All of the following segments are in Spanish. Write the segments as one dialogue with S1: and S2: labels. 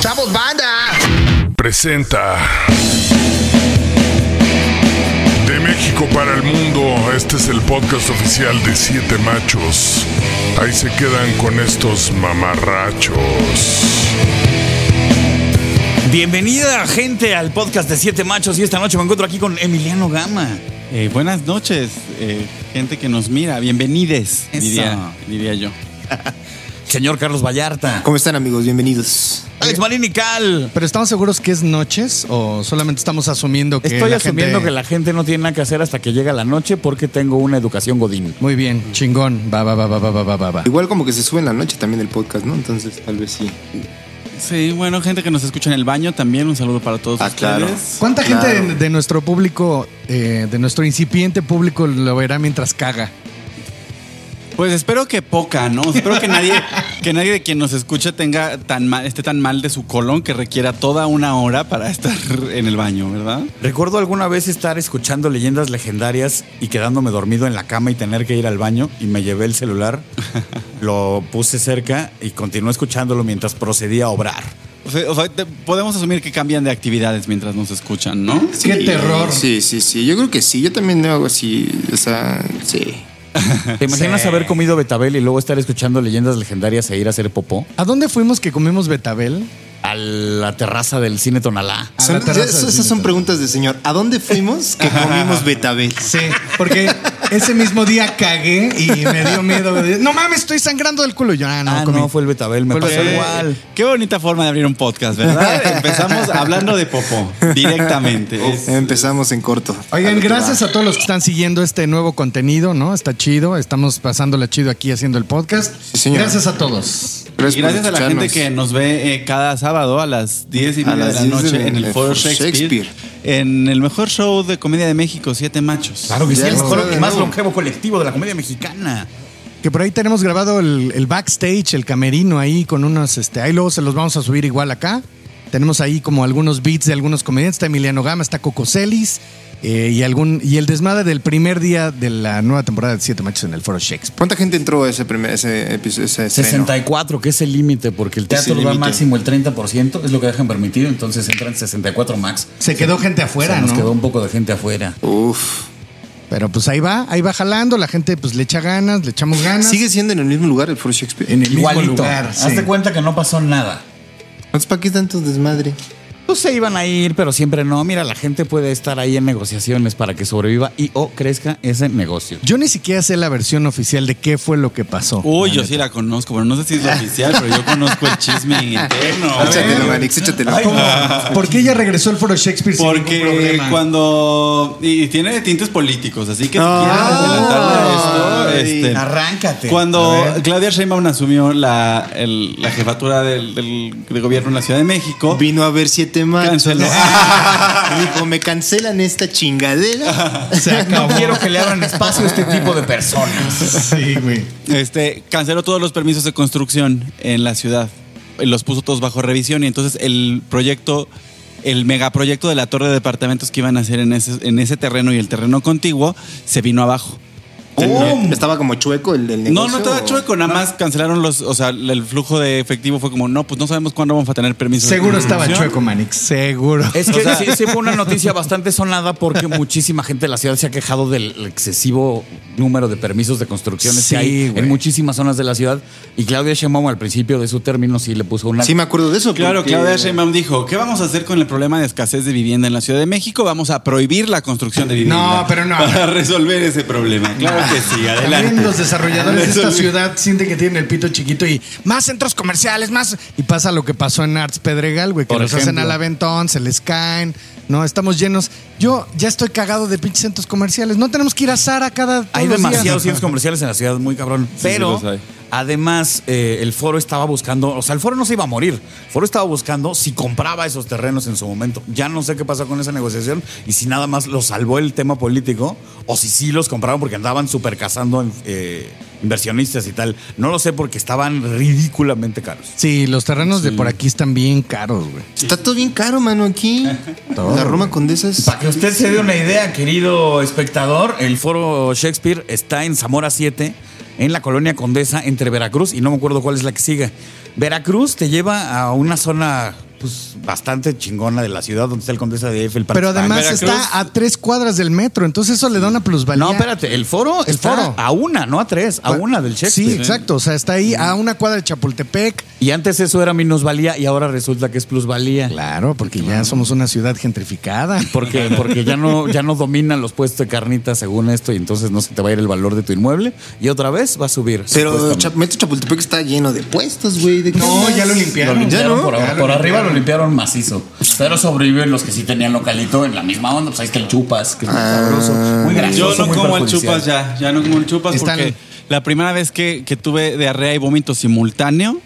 S1: ¡Somos banda!
S2: Presenta. De México para el mundo, este es el podcast oficial de Siete Machos. Ahí se quedan con estos mamarrachos.
S3: Bienvenida gente al podcast de Siete Machos y esta noche me encuentro aquí con Emiliano Gama.
S4: Eh, buenas noches, eh, gente que nos mira. Bienvenides,
S3: Eso.
S4: diría, diría yo.
S3: Señor Carlos Vallarta.
S1: ¿Cómo están, amigos? Bienvenidos.
S3: Alex Marín y Cal.
S5: Pero estamos seguros que es noches o solamente estamos asumiendo que
S3: Estoy
S5: la
S3: asumiendo
S5: gente-
S3: que la gente no tiene nada que hacer hasta que llega la noche porque tengo una educación godín.
S5: Muy bien, chingón. Va, va, va, va, va, va, va, va, va.
S1: Igual como que se sube en la noche también el podcast, ¿no? Entonces tal vez sí.
S4: Sí, bueno, gente que nos escucha en el baño también. Un saludo para todos
S1: Ah, claro.
S4: ustedes.
S5: ¿Cuánta
S1: Claro.
S5: gente de, de nuestro público, eh, de nuestro incipiente público lo verá mientras caga?
S4: Pues espero que poca, ¿no? Espero que nadie, que nadie de quien nos escuche tenga tan mal, esté tan mal de su colon que requiera toda una hora para estar en el baño, ¿verdad?
S3: Recuerdo alguna vez estar escuchando leyendas legendarias y quedándome dormido en la cama y tener que ir al baño y me llevé el celular, lo puse cerca y continué escuchándolo mientras procedía a obrar.
S4: O sea, o sea, te- podemos asumir que cambian de actividades mientras nos escuchan, ¿no?
S5: ¡Qué terror!
S1: Sí, sí, sí. Yo creo que sí. Yo también lo hago así. O sea, sí.
S3: ¿Te imaginas
S5: Sí.
S3: haber comido betabel y luego estar escuchando leyendas legendarias e ir a hacer popó?
S5: ¿A dónde fuimos que comimos betabel?
S3: A la terraza del cine Tonalá.
S5: A
S1: Son-
S5: la terraza
S1: esas-
S5: del
S1: esas son
S5: cine.
S1: preguntas de señor. ¿A dónde fuimos que comimos betabel?
S5: Sí, porque ese mismo día cagué y me dio miedo. de- No mames, estoy sangrando del culo. Y Yo, ah, no,
S3: Ah,
S5: comí.
S3: no, fue el Betabel, me
S5: Fue el
S3: pasó
S5: Betabel.
S3: igual.
S4: Qué bonita forma de abrir un podcast, ¿verdad? Empezamos hablando de popó directamente. Es-
S1: Empezamos en corto.
S5: Oigan,
S1: lo que
S5: gracias
S1: va.
S5: a todos los que están siguiendo este nuevo contenido, ¿no? Está chido, estamos pasándola chido aquí haciendo el podcast.
S1: Sí, señor.
S5: Gracias a todos.
S1: Gracias,
S4: Y gracias
S1: por
S4: a la gente
S1: escucharnos.
S4: que nos ve eh, cada sábado a las 10 y
S1: A
S4: media de
S1: las
S4: la
S1: 10 de
S4: noche
S1: la-
S4: en el
S1: de
S4: Foro
S1: Shakespeare.
S4: Shakespeare, En el mejor show de comedia de México, Siete Machos.
S3: que
S1: Ya
S3: el
S1: está
S3: mejor-
S1: de
S3: más
S1: nuevo.
S3: longevo colectivo de la comedia mexicana.
S5: Que por ahí tenemos grabado el, el backstage, el camerino ahí con unos, este, ahí luego se los vamos a subir igual acá. Tenemos ahí como algunos beats de algunos comediantes, está Emiliano Gama, está Coco Celis eh, y, algún, y el desmadre del primer día de la nueva temporada de Siete Machos en el Foro Shakespeare.
S1: ¿Cuánta gente entró a ese primer ese episodio? Ese estreno?
S3: 64, que es el límite, porque el
S1: Es el
S3: teatro da
S1: límite.
S3: máximo el 30%, es lo que dejan permitido, entonces entran 64 max.
S5: Se quedó gente afuera,
S3: Se nos
S5: ¿no?
S3: quedó un poco de gente afuera.
S1: Uf.
S5: Pero pues ahí va, ahí va jalando, la gente pues le echa ganas, le echamos ganas.
S1: ¿Sigue siendo en el mismo lugar el Foro Shakespeare?
S5: En el mismo
S3: Igualito.
S5: lugar, sí.
S3: Hazte cuenta que no pasó nada.
S1: Entonces, ¿para qué tanto desmadre?
S3: Pues se iban a ir, pero siempre no. Mira, la gente puede estar ahí en negociaciones para que sobreviva y o crezca ese negocio.
S5: Yo ni siquiera sé la versión oficial de qué fue lo que pasó.
S4: Uy, yo sí la conozco, pero no sé si es la oficial, pero yo conozco el chisme interno. ¿eh?
S1: Échatelo, Manix, échatelo.
S5: ¿Por qué ella regresó al foro Shakespeare sin ningún
S4: Porque
S5: problema?
S4: cuando. Y tiene tintes políticos, así que si
S1: Ay.
S4: quieres
S3: Ah.
S4: adelantarle a esto, este,
S3: Arráncate.
S4: Cuando Claudia Sheinbaum asumió la, el- la jefatura del, del- de gobierno en la Ciudad de México,
S1: Vino a ver siete machos.
S4: Canceló.
S1: Dijo, me cancelan esta chingadera.
S5: se acabó.
S3: No quiero que le abran espacio a este tipo de personas.
S5: Sí, güey.
S4: este, canceló todos los permisos de construcción en la ciudad. Los puso todos bajo revisión y entonces el proyecto, el megaproyecto de la torre de departamentos que iban a hacer en ese, en ese terreno y el terreno contiguo, se vino abajo.
S1: Tenía- Estaba como chueco el del negocio.
S4: No, no estaba
S1: o-
S4: chueco, nada más cancelaron los, o sea, el flujo de efectivo fue como, no, pues no sabemos cuándo vamos a tener permisos. de
S5: Seguro estaba
S4: construcción.
S5: chueco, Manix. Seguro.
S3: Es que sí, sí fue una noticia bastante sonada porque muchísima gente de la ciudad se ha quejado del excesivo número de permisos de construcciones
S5: Sí,
S3: que hay
S5: güey.
S3: en muchísimas zonas de la ciudad. Y Claudia Sheinbaum al principio de su término sí le puso una...
S1: Sí, me acuerdo de eso.
S4: Claro,
S1: porque-
S4: Claudia Sheinbaum dijo, ¿qué vamos a hacer con el problema de escasez de vivienda en la Ciudad de México? Vamos a prohibir la construcción de vivienda.
S5: No, pero no.
S4: Para resolver ese problema. Claro que sí, adelante.
S5: También los desarrolladores de esta
S4: Resolver-
S5: ciudad sienten que tienen el pito chiquito y más centros comerciales, más. Y pasa lo que pasó en Arts Pedregal, güey, que
S3: Por
S5: los hacen
S3: ejemplo.
S5: al aventón, se les caen. No, estamos llenos. Yo ya estoy cagado de pinches centros comerciales. No tenemos que ir a Sara cada.
S3: Hay
S5: todos los días.
S3: demasiados centros comerciales en la ciudad, muy cabrón. Pero
S4: sí los hay.
S3: además eh, el foro estaba buscando, o sea, el foro no se iba a morir. El foro estaba buscando si compraba esos terrenos en su momento. Ya no sé qué pasó con esa negociación y si nada más lo salvó el tema político o si sí los compraron porque andaban super cazando eh, inversionistas y tal. No lo sé porque estaban ridículamente caros.
S5: Sí, los terrenos de por aquí están bien caros, güey.
S1: Está todo bien caro, mano, aquí.
S5: Todo.
S1: La Roma Condesa es...
S3: Para que usted se dé una idea, querido espectador, el foro Shakespeare está en Zamora 7, en la colonia Condesa, entre Veracruz y no me acuerdo cuál es la que sigue. Veracruz te lleva a una zona pues, bastante chingona de la ciudad donde está el Condesa de Eiffel.
S5: Pero
S3: Pantitlán.
S5: además
S4: Veracruz.
S5: está a tres cuadras del metro, entonces eso le da una plusvalía.
S3: No, espérate, el foro
S5: El
S3: está
S5: foro. Ah,
S3: a una, no a tres, a una del Shakespeare.
S5: Sí, exacto. O sea, está ahí a una cuadra de Chapultepec.
S3: Y antes eso era minusvalía y ahora resulta que es plusvalía.
S5: Claro, porque ya somos una ciudad gentrificada.
S3: Porque, porque ya no, ya no dominan los puestos de carnitas según esto, y entonces no se te va a ir el valor de tu inmueble, y otra vez va a subir.
S1: Pero
S3: supuestamente.
S1: Cha- Metro Chapultepec está lleno de puestos, güey. ¿de qué
S5: No,
S1: hablas?
S5: ya lo limpiaron.
S1: Lo limpiaron
S5: Ya, ¿no?
S3: por,
S5: Ya lo
S3: por arriba lo limpiaron macizo. Pero sobreviven los que sí tenían localito en la misma onda. Pues ahí está el chupas, que es muy sabroso, muy
S4: Yo
S3: gracioso.
S4: no
S3: muy
S4: como el
S3: perjudicial.
S4: chupas ya, ya no como el chupas
S5: Están-
S4: porque la primera vez que, que tuve diarrea y vómito simultáneo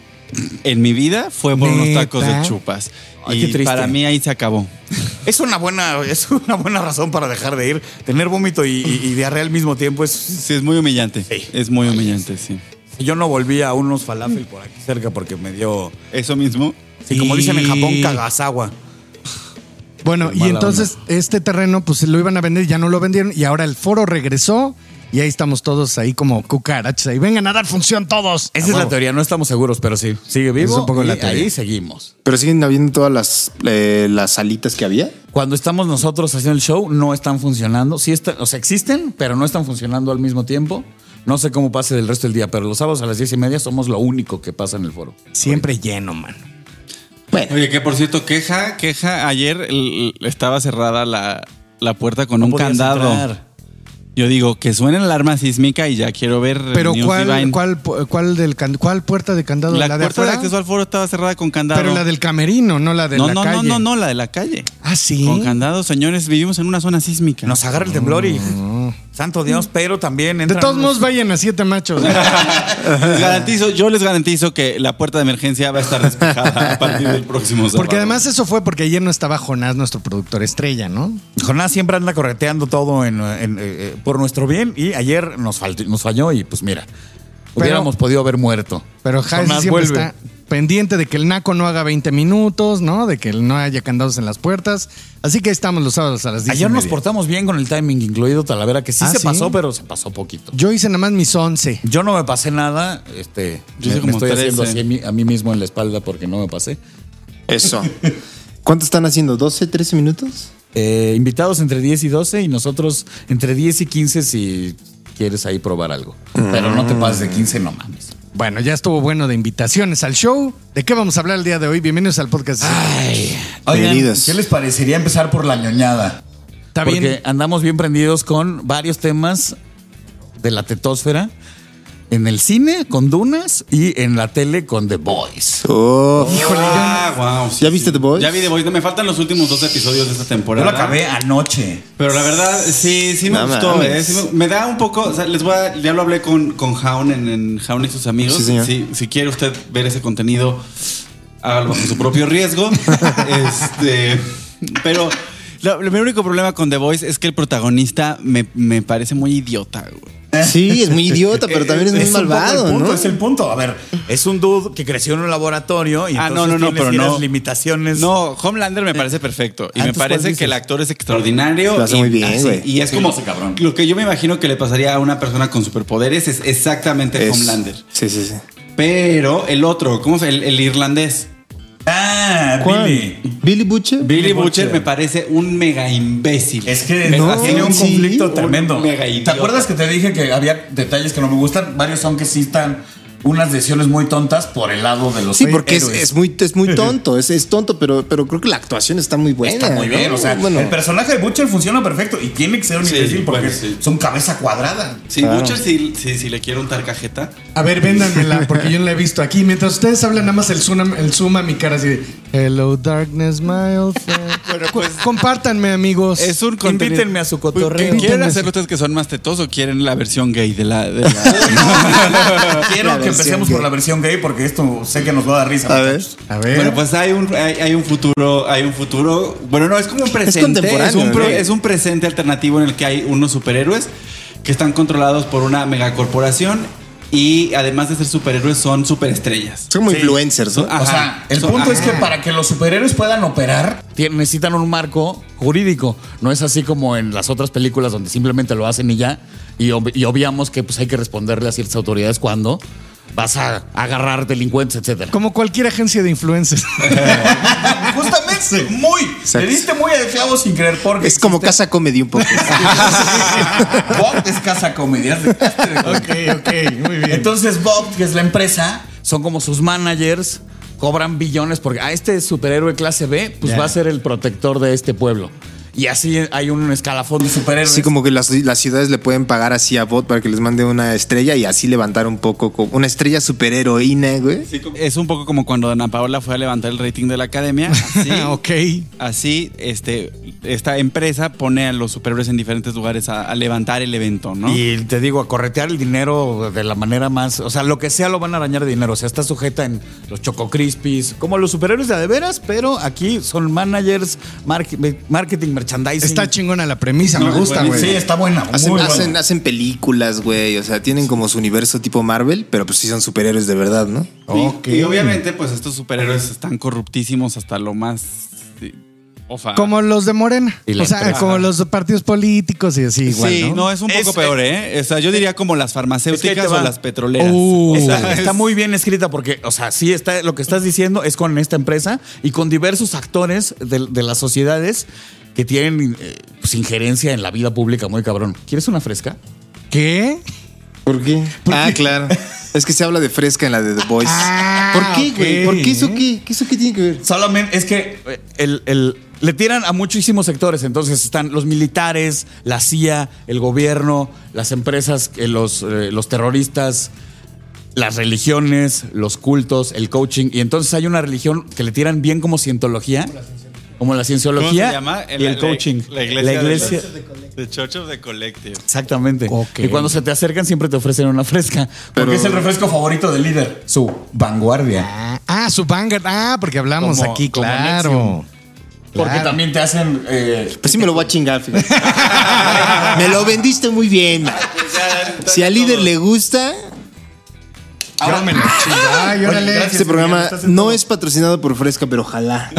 S4: en mi vida fue por unos
S5: ¿Neta?
S4: tacos de chupas.
S3: Ay, qué
S4: y
S3: triste.
S4: para mí ahí se acabó.
S3: Es una buena, es una buena razón para dejar de ir. Tener vómito y, y- y diarrea al mismo tiempo es.
S4: Sí, es muy humillante.
S3: Sí.
S4: Es muy humillante, sí.
S3: Yo no volví a unos falafel por aquí cerca porque me dio.
S4: Eso mismo.
S3: Sí, como dicen en Japón,
S5: Y-
S3: cagasawa.
S5: Bueno, y
S3: Mala
S5: entonces este terreno, pues lo iban a vender, ya no lo vendieron, y ahora el foro regresó, y ahí estamos todos ahí como cucarachas, ahí vengan a dar función todos.
S3: Esa es
S5: A
S3: la
S5: huevo.
S3: teoría, no estamos seguros, pero sí. Sigue vivo.
S5: Es un poco
S3: y
S5: la teoría.
S3: Ahí seguimos.
S1: Pero siguen habiendo todas las, eh, las salitas que había.
S3: Cuando estamos nosotros haciendo el show, no están funcionando. Sí está- o sea, existen, pero no están funcionando al mismo tiempo. No sé cómo pase del resto del día, pero los sábados a las diez y media somos lo único que pasa en el foro.
S5: Siempre lleno, mano.
S4: Oye, que por cierto, queja, queja, ayer el- el- estaba cerrada la, la puerta con un
S3: podías
S4: candado.
S3: entrar.
S4: Yo digo, que suene la alarma sísmica y ya quiero ver
S5: Pero
S4: News
S5: ¿cuál,
S4: Divine.
S5: cuál, pu- cuál, del, can- ¿cuál puerta de candado?
S4: La,
S5: ¿La de
S4: puerta de
S5: afuera?
S4: acceso al foro estaba cerrada con candado.
S5: Pero la del camerino, no la de
S4: no,
S5: la
S4: no,
S5: calle.
S4: no, no, no, la de la calle.
S5: Ah, sí.
S4: Con candado, señores, vivimos en una zona sísmica.
S3: Nos agarra el temblor y. Santo Dios, pero también.
S5: Mm. De
S3: entran
S5: todos
S3: los-
S5: modos, vayan a siete machos.
S4: Les garantizo, yo les garantizo que la puerta de emergencia va a estar despejada a partir del próximo sábado.
S5: Porque además eso fue porque ayer no estaba Jonás, nuestro productor estrella, ¿no?
S3: Jonás siempre anda correteando todo en, en- eh, eh, por nuestro bien y ayer nos, faltó- nos falló y pues mira, hubiéramos podido haber muerto.
S5: Pero Jaime
S3: Jonás
S5: siempre
S3: vuelve.
S5: está pendiente de que el naco no haga 20 minutos, ¿no? De que no haya candados en las puertas. Así que ahí estamos los sábados a las 10. y
S3: Ayer nos
S5: media.
S3: portamos bien con el timing, incluido Talavera, que sí
S5: Ah,
S3: se
S5: ¿sí?
S3: pasó, pero se pasó poquito.
S5: Yo hice nada más mis 11.
S3: Yo no me pasé nada, este, me,
S4: Yo hice
S3: me
S4: como
S3: estoy haciendo
S4: 13.
S3: así a mí, a mí mismo en la espalda porque no me pasé.
S1: Eso. ¿Cuánto están haciendo? ¿12, 13 minutos?
S3: Eh, invitados entre 10 y 12 y nosotros entre 10 y 15 si quieres ahí probar algo. Pero no te pases de 15, no mames.
S5: Bueno, ya estuvo bueno de invitaciones al show. ¿De qué vamos a hablar el día de hoy? Bienvenidos al podcast.
S4: Ah,
S3: Ay,
S1: Bienvenidos.
S3: ¿qué les parecería empezar por la ñoñada?
S5: Está
S3: porque
S5: bien.
S3: andamos bien prendidos con varios temas de la tetósfera. En el cine con Dunas y en la tele con The Boys.
S1: Oh.
S4: Ah, wow, sí,
S1: ¿Ya viste The Boys?
S4: Ya vi The Boys. No, me faltan los últimos dos episodios de esta
S3: Yo
S4: temporada.
S3: lo acabé anoche.
S4: Pero la verdad, sí, sí me
S1: No
S4: gustó.
S1: mames.
S4: eh, sí me, me da un poco. o sea, les voy a- ya lo hablé con, con Jaun en, en Jaun y sus amigos.
S1: Sí, señor.
S4: Si, si quiere usted ver ese contenido, hágalo bajo su propio riesgo. este, pero lo- lo- mi único problema con The Voice es que el protagonista me, me parece muy idiota, güey.
S1: Sí, es muy idiota, pero también es muy
S3: Eh, un poco
S1: malvado,
S3: el punto,
S1: ¿no?
S3: Es el punto. A ver, es un dude que creció en un laboratorio y
S4: Ah, no,
S3: entonces
S4: no, no,
S3: tiene
S4: pero
S3: ciertas
S4: no.
S3: limitaciones.
S4: No, Homelander me parece perfecto. Y
S3: Ah,
S4: me
S3: entonces, ¿cuál
S4: parece
S3: dices?
S4: que el actor es extraordinario.
S1: Lo hace
S4: y-
S1: muy bien,
S4: ah, sí,
S1: güey.
S4: Y es
S3: Sí,
S4: como
S3: lo hace cabrón.
S4: lo que yo me imagino que le pasaría a una persona con superpoderes es exactamente
S1: Es-
S4: Homelander.
S1: Sí, sí, sí.
S4: Pero el otro, ¿cómo se El, el irlandés.
S3: Ah, Billy.
S1: ¿Billy Butcher?
S4: Billy Butcher
S3: Butcher.
S4: me parece un mega imbécil.
S3: Es que
S4: Me
S3: no,
S4: fascina
S3: tiene un
S1: sí,
S3: conflicto
S4: un
S3: tremendo.
S4: mega
S3: ¿Te
S4: idiota.
S3: acuerdas que te dije que había detalles que no me gustan? Varios son que sí están unas decisiones muy tontas por el lado de los
S1: Sí, porque es,
S3: héroes.
S1: es muy, es muy tonto, es, es tonto, pero, pero creo que la actuación está muy buena.
S3: Está muy bien,
S1: ¿no?
S3: o sea,
S1: Bueno,
S3: el personaje de Butcher funciona perfecto y tiene que ser un
S4: Sí,
S3: imbécil porque
S4: bueno, sí.
S3: son cabeza cuadrada.
S4: Sí,
S1: Claro.
S4: Butcher sí, sí, sí le quiero untar cajeta.
S5: A ver, véndanmela, porque yo no la he visto aquí. Mientras ustedes hablan, nada más el zoom, a- el zoom a mi cara así de, Hello, darkness, my old friend". Compártanme, amigos.
S4: pues, Es un contenido.
S3: Invítenme a su cotorreo.
S4: ¿Qué ¿Quieren
S5: Invítenme a
S4: hacer
S5: su-
S4: ustedes que son más tetos o quieren la versión gay de la. de la-
S3: Quiero
S1: La
S3: que
S1: versión
S3: empecemos
S1: gay.
S3: por la versión gay porque esto sé que nos va a dar risa.
S1: A ver.
S3: muchachos.
S5: A ver.
S4: Bueno, pues hay un, hay, hay un futuro, hay un futuro. Bueno, no, es como un presente.
S1: contemporáneo,
S4: un, pro-
S1: ¿no?
S4: es un presente alternativo en el que hay unos superhéroes que están controlados por una megacorporación y además de ser superhéroes son superestrellas.
S1: son como
S3: Sí.
S1: influencers, ¿no?
S4: Ah.
S3: O sea,
S4: Ajá.
S3: el
S4: Son-
S3: punto es que
S4: ajá.
S3: para que los superhéroes puedan operar, tien- necesitan un marco jurídico. No es así como en las otras películas donde simplemente lo hacen y ya. Y, ob- y obviamos que pues, hay que responderle a ciertas autoridades cuando vas a agarrar delincuentes, etcétera.
S5: Como cualquier agencia de influencers.
S3: Justamente, muy. Le diste muy al clavo sin creer porque.
S1: Es como casa comedy un poco.
S3: Bob es casa comedia.
S5: ok, ok, muy bien.
S3: Entonces, Bob, que es la empresa, son como sus managers, cobran billones porque a este superhéroe clase B, pues
S5: Ya.
S3: va a ser el protector de este pueblo. Y así hay un escalafón de superhéroes.
S1: Así como que las, las ciudades le pueden pagar así a Bot para que les mande una estrella y así levantar un poco como una estrella superheroína, güey.
S4: Es un poco como cuando Ana Paola fue a levantar el rating de la academia. Así,
S5: ok.
S4: así, este, esta empresa pone a los superhéroes en diferentes lugares a, a levantar el evento, ¿no?
S3: Y te digo, a corretear el dinero de la manera más. O sea, lo que sea lo van a arañar de dinero. O sea, está sujeta en los Choco Crispies, como los superhéroes de a de veras, pero aquí son managers, marque- marketing, merchandising.
S5: Está chingona la premisa, me gusta,
S4: pues,
S5: güey.
S3: Sí, está buena.
S1: Hacen,
S3: muy buena.
S1: hacen, hacen películas, güey. O sea, tienen como su universo tipo Marvel, pero pues sí son superhéroes de verdad, ¿no?
S5: Ok.
S4: Y obviamente, pues estos superhéroes están corruptísimos hasta lo más. sí, O sea,
S5: Como los de Morena.
S3: Ah. Y la
S5: O sea,
S3: empresa.
S5: como los partidos políticos y así, igual.
S4: sí,
S5: ¿no?
S4: no, es un poco
S3: Es-
S4: peor, ¿eh? O sea, yo diría como las farmacéuticas
S3: Es que ahí te
S4: o
S3: va.
S4: las petroleras. O
S5: Uh.
S4: sea,
S3: Está,
S4: es-
S3: está muy bien escrita porque, o sea, sí está lo que estás diciendo es con esta empresa y con diversos actores de, de las sociedades que tienen eh, pues, injerencia en la vida pública muy cabrón. ¿Quieres una fresca?
S5: ¿Qué?
S1: ¿Por qué? Ah, claro. Es que se habla de fresca en la de The Boys.
S5: Ah,
S1: ¿Por qué, güey?
S5: ok.
S1: ¿Por qué eso qué? ¿Qué eso qué tiene que ver?
S3: Solamente es que eh, el, el- le tiran a muchísimos sectores. Entonces están los militares, la CIA, el gobierno, las empresas, eh, los, eh, los terroristas, las religiones, los cultos, el coaching. Y entonces hay una religión que le tiran bien como cientología. Como la cienciología
S4: ¿Cómo se llama?
S3: y el
S4: La-
S3: coaching.
S4: La, iglesia.
S3: La iglesia-
S4: The Church of the Collective.
S3: Exactamente.
S5: Ok.
S3: Y cuando se te acercan siempre te ofrecen una fresca. Porque
S1: Pero-
S3: es el refresco favorito del líder. Su vanguardia.
S5: Ah, ah, su Vanguard. Ah, porque hablamos
S3: Como-
S5: aquí,
S3: como
S5: claro.
S3: Nexium. Porque
S5: Claro.
S3: también te hacen eh,
S1: Pues sí me lo voy a chingar, fíjate. Me lo vendiste muy bien. man. Si al líder le gusta,
S3: Ahora me lo
S5: Ay, órale.
S1: este programa no es patrocinado por Fresca, pero ojalá.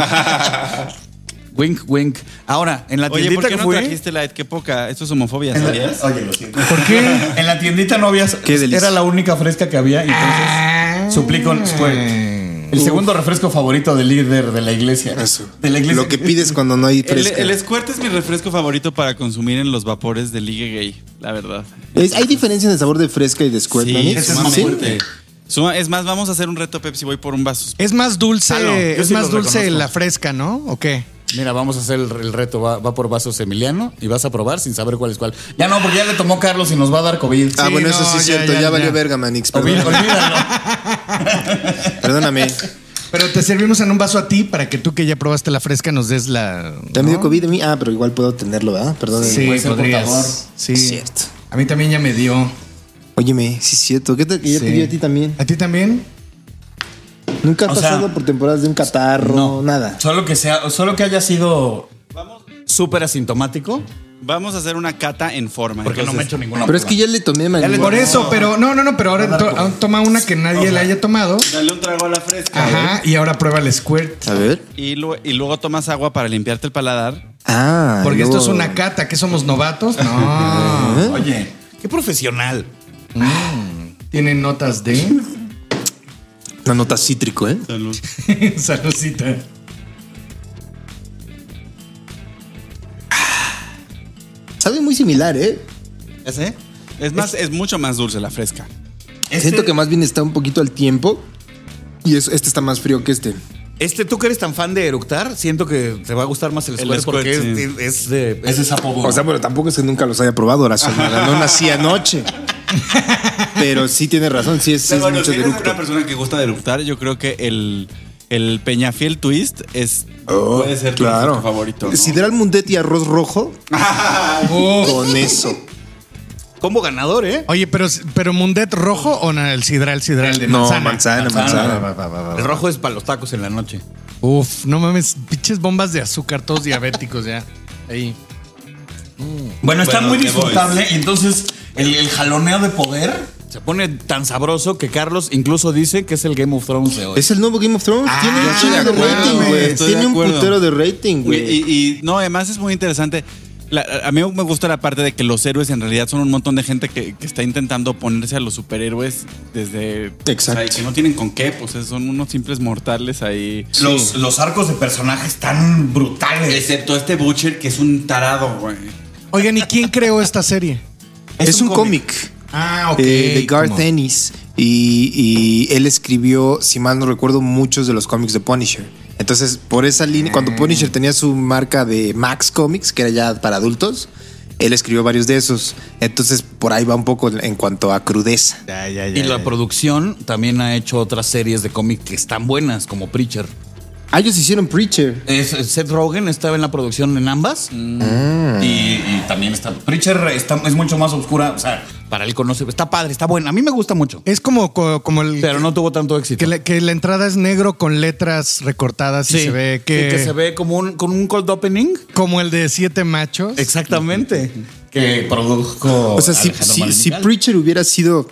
S3: Wink, wink. Ahora, en la
S4: Oye,
S3: tiendita
S4: ¿por qué
S3: que
S4: no
S3: fui.
S4: trajiste Light? Qué poca. Esto es homofobia, ¿sabías?
S3: Oye, lo siento. ¿Por qué? En la tiendita no había.
S1: Qué delicia.
S3: era la única fresca que había. y Entonces, suplico. Fue el segundo refresco favorito del líder de la iglesia.
S1: Eso.
S3: De la iglesia.
S1: Lo que pides cuando no hay
S4: El,
S1: fresca.
S4: el Squirt es mi refresco favorito para consumir en los vapores de ligue gay, la verdad.
S1: Es- ¿Hay diferencia en el sabor de fresca y de squirt, Manny?
S4: es
S3: ese es
S4: más
S3: ¿Sí?
S4: fuerte. Suma- es más, vamos a hacer un reto Pepsi, voy por un vaso.
S5: Es más dulce,
S3: Ah, no, yo
S5: es
S3: sí
S5: más
S3: los
S5: dulce
S3: reconozco.
S5: la fresca, ¿no? ¿O qué?
S3: Mira, vamos a hacer el, el reto. Va, va por vasos Emiliano y vas a probar sin saber cuál es cuál. Ya no, porque ya le tomó Carlos y nos va a dar COVID.
S1: Ah,
S5: Sí,
S1: bueno, eso
S5: no,
S1: sí es
S5: ya,
S1: cierto.
S5: ya,
S1: Ya, valió
S5: ya.
S1: verga, Manix.
S3: Olví-
S1: Perdóname.
S3: olvídalo.
S1: Perdóname.
S5: Pero te servimos en un vaso a ti para que tú que ya probaste la fresca nos des la.
S1: ¿Te han
S5: ¿no?
S1: dio COVID a mí? Ah, pero igual puedo tenerlo, ¿verdad? Perdóname.
S5: Sí,
S3: Puede ser portador.
S5: podrías. Sí.
S1: Es cierto.
S5: A mí también ya me dio.
S1: Óyeme, sí es cierto. ¿Qué tal que ya te
S5: Sí.
S1: dio a ti también?
S5: ¿A ti también?
S1: Nunca has
S3: O sea,
S1: pasado por temporadas de un catarro, nada.
S3: Solo que sea, solo que haya sido
S4: Vamos,
S3: súper asintomático.
S4: vamos a hacer una cata en forma.
S3: Porque no me he
S4: entonces.
S3: hecho ninguna
S1: Pero es que
S3: prueba.
S1: ya le tomé, Manix.
S5: Por eso, pero no, no, no, pero ahora to- aún toma una que nadie la haya tomado.
S4: Dale un trago a la fresca.
S5: Ajá, y ahora prueba el squirt.
S1: A ver.
S4: Y, lu- y luego tomas agua para limpiarte el paladar.
S1: Ah.
S5: Porque esto es
S1: luego- ¿Eh?
S5: una cata, que somos novatos. No.
S3: Oye, qué profesional.
S5: Tienen notas de.
S1: Una nota cítrico, ¿eh?
S4: Salud.
S5: Saludcita.
S1: Sabe muy similar, ¿eh?
S3: ¿Ya sé?
S4: Es más, es mucho más dulce la fresca.
S1: Siento que más bien está un poquito al tiempo. Y es- este está más frío que este.
S3: Este, tú que eres tan fan de eructar, siento que te va a gustar más el,
S4: El
S3: squirt
S4: squirt,
S3: porque es,
S4: sí.
S3: es- es de. Es de sapo
S1: O sea, bueno, tampoco es que nunca los haya probado, Horacio. Mora, No nací anoche. Pero sí tiene razón, sí es, sí es
S4: bueno,
S1: mucho
S4: si eres
S1: deducto.
S4: una persona que gusta eructar, yo creo que el, el Peñafiel Twist es,
S1: Oh,
S4: puede ser tu refresco favorito. ¿no?
S1: Sidral Mundet y arroz rojo. Con eso.
S3: Combo ganador, ¿eh?
S5: Oye, pero, pero Mundet rojo o na- el sidral, sidral de
S1: No,
S5: manzana.
S1: manzana, manzana.
S5: Va, va, va, va, va.
S3: El rojo es para los tacos en la noche.
S5: Uf, no mames, pinches bombas de azúcar, todos diabéticos ya. Ahí.
S3: Bueno, está
S4: Bueno,
S3: muy
S4: The Boys.
S3: disfrutable y entonces el, el jaloneo de poder se pone tan sabroso que Carlos incluso dice que es el Game of Thrones de hoy.
S1: Es el nuevo Game of Thrones.
S5: Ah,
S1: Tiene
S5: yo
S1: un
S5: estoy
S1: chingo
S5: de
S1: de
S5: acuerdo,
S1: rating,
S5: güey,
S1: güey.
S4: estoy de
S1: Tiene un
S4: acuerdo.
S1: putero de rating,
S4: Y,
S1: güey.
S4: y- y, no, además es muy interesante. la- a mí me gusta la parte de que los héroes en realidad son un montón de gente que, que está intentando oponerse a los superhéroes desde...
S1: Exacto.
S4: o sea, y que no tienen con qué, pues son unos simples mortales ahí.
S3: Los, los arcos de personajes tan brutales.
S4: Excepto este Butcher que es un tarado, güey.
S5: Oigan, ¿y quién creó esta serie?
S1: Es, un cómic.
S5: Ah, ok.
S1: eh, de Garth
S5: como-
S1: Ennis. Y, y él escribió, si mal no recuerdo, muchos de los cómics de Punisher. Entonces, por esa línea,
S5: Ah.
S1: cuando Punisher tenía su marca de Max Comics, que era ya para adultos, él escribió varios de esos. Entonces, por ahí va un poco en cuanto a crudeza.
S5: Ya, ya, ya,
S3: Y la
S5: ya.
S3: producción también ha hecho otras series de cómic que están buenas, como Preacher.
S1: Ah, ellos hicieron Preacher.
S3: Es- eh, Seth Rogen estaba en la producción en ambas.
S5: Mm.
S3: Y, y también está. Preacher está- es mucho más oscura. O sea, para él conoce. Está padre, está buena. A mí me gusta mucho.
S5: Es como, co- como el.
S3: Pero no tuvo tanto éxito.
S5: Que la, que la entrada es negro con letras recortadas y se ve que,
S3: sí, se ve como un, con un cold opening.
S5: como el de siete machos.
S3: Exactamente. Que produjo.
S1: O sea, si,
S3: Alejandro
S1: si-
S3: Marín
S1: si
S3: Vidal.
S1: Preacher hubiera sido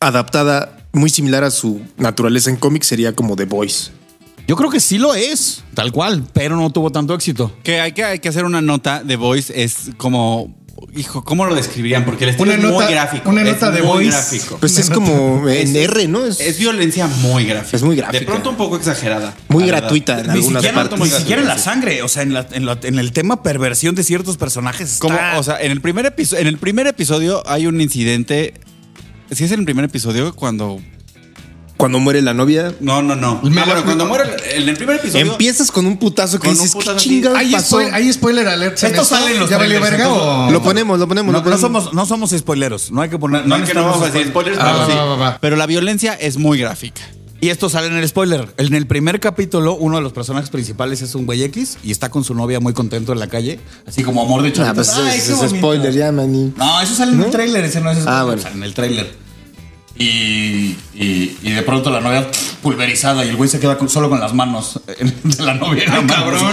S1: adaptada muy similar a su naturaleza en cómic, sería como The Voice.
S3: Yo creo que sí lo es, tal cual, pero no tuvo tanto éxito.
S4: Que hay que, hay que hacer una nota de voice, es como... Hijo, ¿cómo lo describirían? Porque el estilo
S5: Una
S4: es
S5: nota-
S4: muy gráfico.
S5: una
S4: es
S5: nota de
S4: muy
S5: voice.
S4: gráfico.
S1: Pues es como en R, ¿no? Es,
S4: Es violencia muy gráfica.
S1: Es muy gráfica.
S4: De pronto un poco exagerada.
S1: Muy
S4: la verdad.
S1: gratuita en
S4: Ni
S1: algunas
S4: siquiera-
S1: partes.
S4: muy
S1: Ni
S4: gratuita,
S3: siquiera en la
S4: sí.
S3: sangre, o sea, en, la- en la- en el tema perversión de ciertos personajes.
S4: Como,
S3: está-
S4: o sea, en el primer episodio, en el primer episodio hay un incidente. Si es en el primer episodio cuando.
S1: cuando muere la novia.
S4: No, no, no.
S5: Me
S4: Ah,
S5: la-
S4: bueno, cuando muere el- en el primer episodio.
S1: Empiezas con un putazo que
S4: Con un
S1: dices, ¿qué
S4: putazo así.
S1: chingados
S5: Hay,
S1: pasó?
S5: spoil- hay spoiler alert. en
S3: Esto
S5: esto.
S3: sale en los
S5: ¿Ya valió
S3: trailers,
S5: verga
S3: entonces-
S5: o.?
S1: Lo ponemos, lo ponemos,
S3: no,
S1: lo ponemos.
S3: no somos, no somos spoileros, no hay que poner.
S4: No, es que no
S3: necesitamos
S4: vamos a decir spoilers,
S5: Ah,
S4: pero
S5: va,
S4: sí.
S5: va, va, va.
S4: Pero la violencia es muy gráfica.
S3: Y esto sale en el spoiler. En el primer capítulo, uno de los personajes principales es un güey X y está con su novia muy contento en la calle, así como amor de
S1: Ah,
S3: chavitos.
S1: pues eso
S3: Ay,
S1: es,
S3: qué
S1: eso es
S3: bonito.
S1: spoiler ya, maní.
S3: No, eso sale en el tráiler, ese no es spoiler,
S1: Ah, bueno.
S3: sale en el tráiler. Y, y- y de pronto la novia pulverizada y el güey se queda con- solo con las manos eh, de la novia. No,
S4: Así,
S3: cabrón.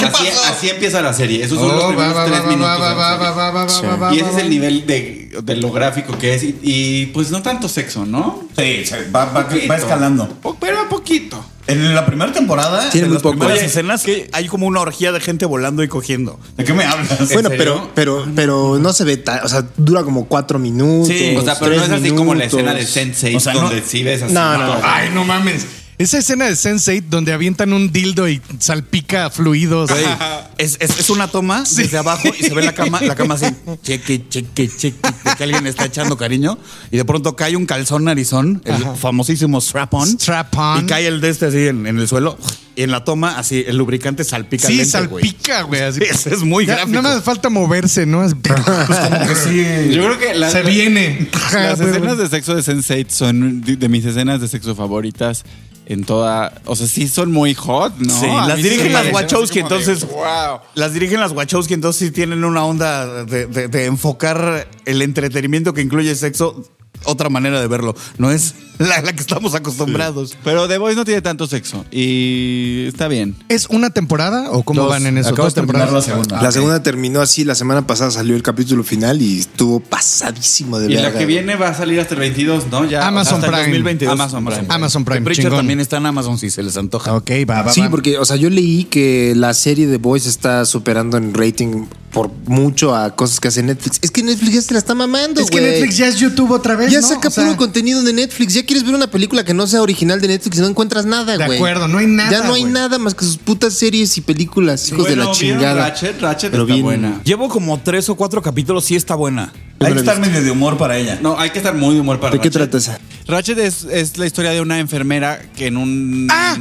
S4: así empieza la serie. Esos Pues son los
S5: Oh, va,
S4: primeros
S5: va,
S4: tres
S5: va, va,
S4: minutos.
S5: va,
S4: de la
S5: va,
S4: serie.
S5: va, va, va,
S1: Sí.
S5: va, va,
S4: y ese es
S5: va.
S4: el nivel de, de lo gráfico que es. Y, y, pues no tanto sexo, ¿no?
S3: Sí, se- va, va- va escalando.
S4: Po- Pero poquito.
S3: En la primera temporada,
S1: Tiene
S3: en
S1: muy
S3: las
S1: poco.
S3: primeras
S1: Oye,
S3: escenas, hay como una orgía de gente volando y cogiendo. ¿De qué me hablas?
S4: serio?
S1: Bueno, pero, pero, pero no se ve tan, o sea, dura como cuatro minutos.
S4: Sí, o sea, pero no es
S1: tres
S4: así como la
S1: minutos.
S4: escena de Sensei
S3: O sea, no-
S4: donde sí ves así.
S1: No, no,
S4: todo.
S1: no.
S5: Ay, no mames. Esa escena de Sense8 donde avientan un dildo y salpica fluidos.
S3: Güey, es, es- es una toma desde abajo y se ve la cama, la cama así, cheque, cheque, cheque, de que alguien está echando cariño. Y de pronto cae un calzón narizón, el famosísimo strap-on.
S5: Strap-on.
S3: Y cae el de este así en, en el suelo. Y en la toma, así, el lubricante salpica.
S5: Sí,
S3: lento, güey.
S5: salpica, güey. así.
S3: Ese es muy
S5: Ya,
S3: gráfico.
S5: Nada más falta moverse, ¿no? Es-
S4: Yo creo que la-
S5: Se viene.
S4: Las
S5: pues,
S4: escenas de sexo de Sense8 son de, de mis escenas de sexo favoritas en toda. O sea, sí son muy hot, ¿no?
S3: Sí,
S4: A
S3: las
S4: mí
S3: dirigen
S4: me
S3: las
S4: parecen
S3: Wachowski,
S4: así como de,
S3: entonces-
S4: wow.
S3: Las dirigen las Wachowski, entonces sí tienen una onda de, de- de enfocar el entretenimiento que incluye sexo, otra manera de verlo. No es la, la que estamos acostumbrados.
S4: Pero The Voice no tiene tanto sexo y está bien.
S5: ¿Es una temporada o cómo
S1: Dos.
S5: van en eso?
S3: Acabo
S5: ¿Dos
S3: de terminar
S5: temporadas?
S3: la segunda.
S1: La segunda terminó así, la semana pasada salió el capítulo final y estuvo pasadísimo de
S4: Y la
S1: verga,
S4: que
S1: güey.
S4: viene va a salir hasta el 22, ¿no? Ya,
S5: Amazon
S4: hasta el
S5: Prime.
S4: 2022. Amazon Prime.
S5: Amazon Prime,
S3: The Preacher
S5: chingón.
S3: también está en Amazon si se les antoja.
S5: Ok, va, va,
S1: Sí,
S5: va.
S1: porque, o sea, yo leí que la serie de Boys está superando en rating por mucho a cosas que hace Netflix. Es que Netflix ya se la está mamando,
S5: Es que
S1: güey.
S5: Netflix ya es YouTube otra vez,
S1: Ya
S5: ¿no?
S1: saca
S5: O sea,
S1: puro contenido de Netflix. Ya quieres ver una película que no sea original de Netflix y no encuentras nada,
S5: De
S1: güey.
S5: acuerdo, no hay nada,
S1: Ya no hay
S5: güey.
S1: nada más que sus putas series y películas, hijos de la
S4: Bueno, ¿vieron
S1: chingada.
S4: Ratchet, Ratchet
S1: Pero
S4: está
S1: bien-
S4: buena.
S3: Llevo como tres o cuatro capítulos, sí está buena.
S1: Yo no la he
S3: medio de humor para ella.
S4: No, hay que estar muy de humor para
S1: ¿De qué
S4: Ratchet.
S1: trata esa?
S4: Ratchet es, es la historia de una enfermera que en un.
S5: ¡Ah!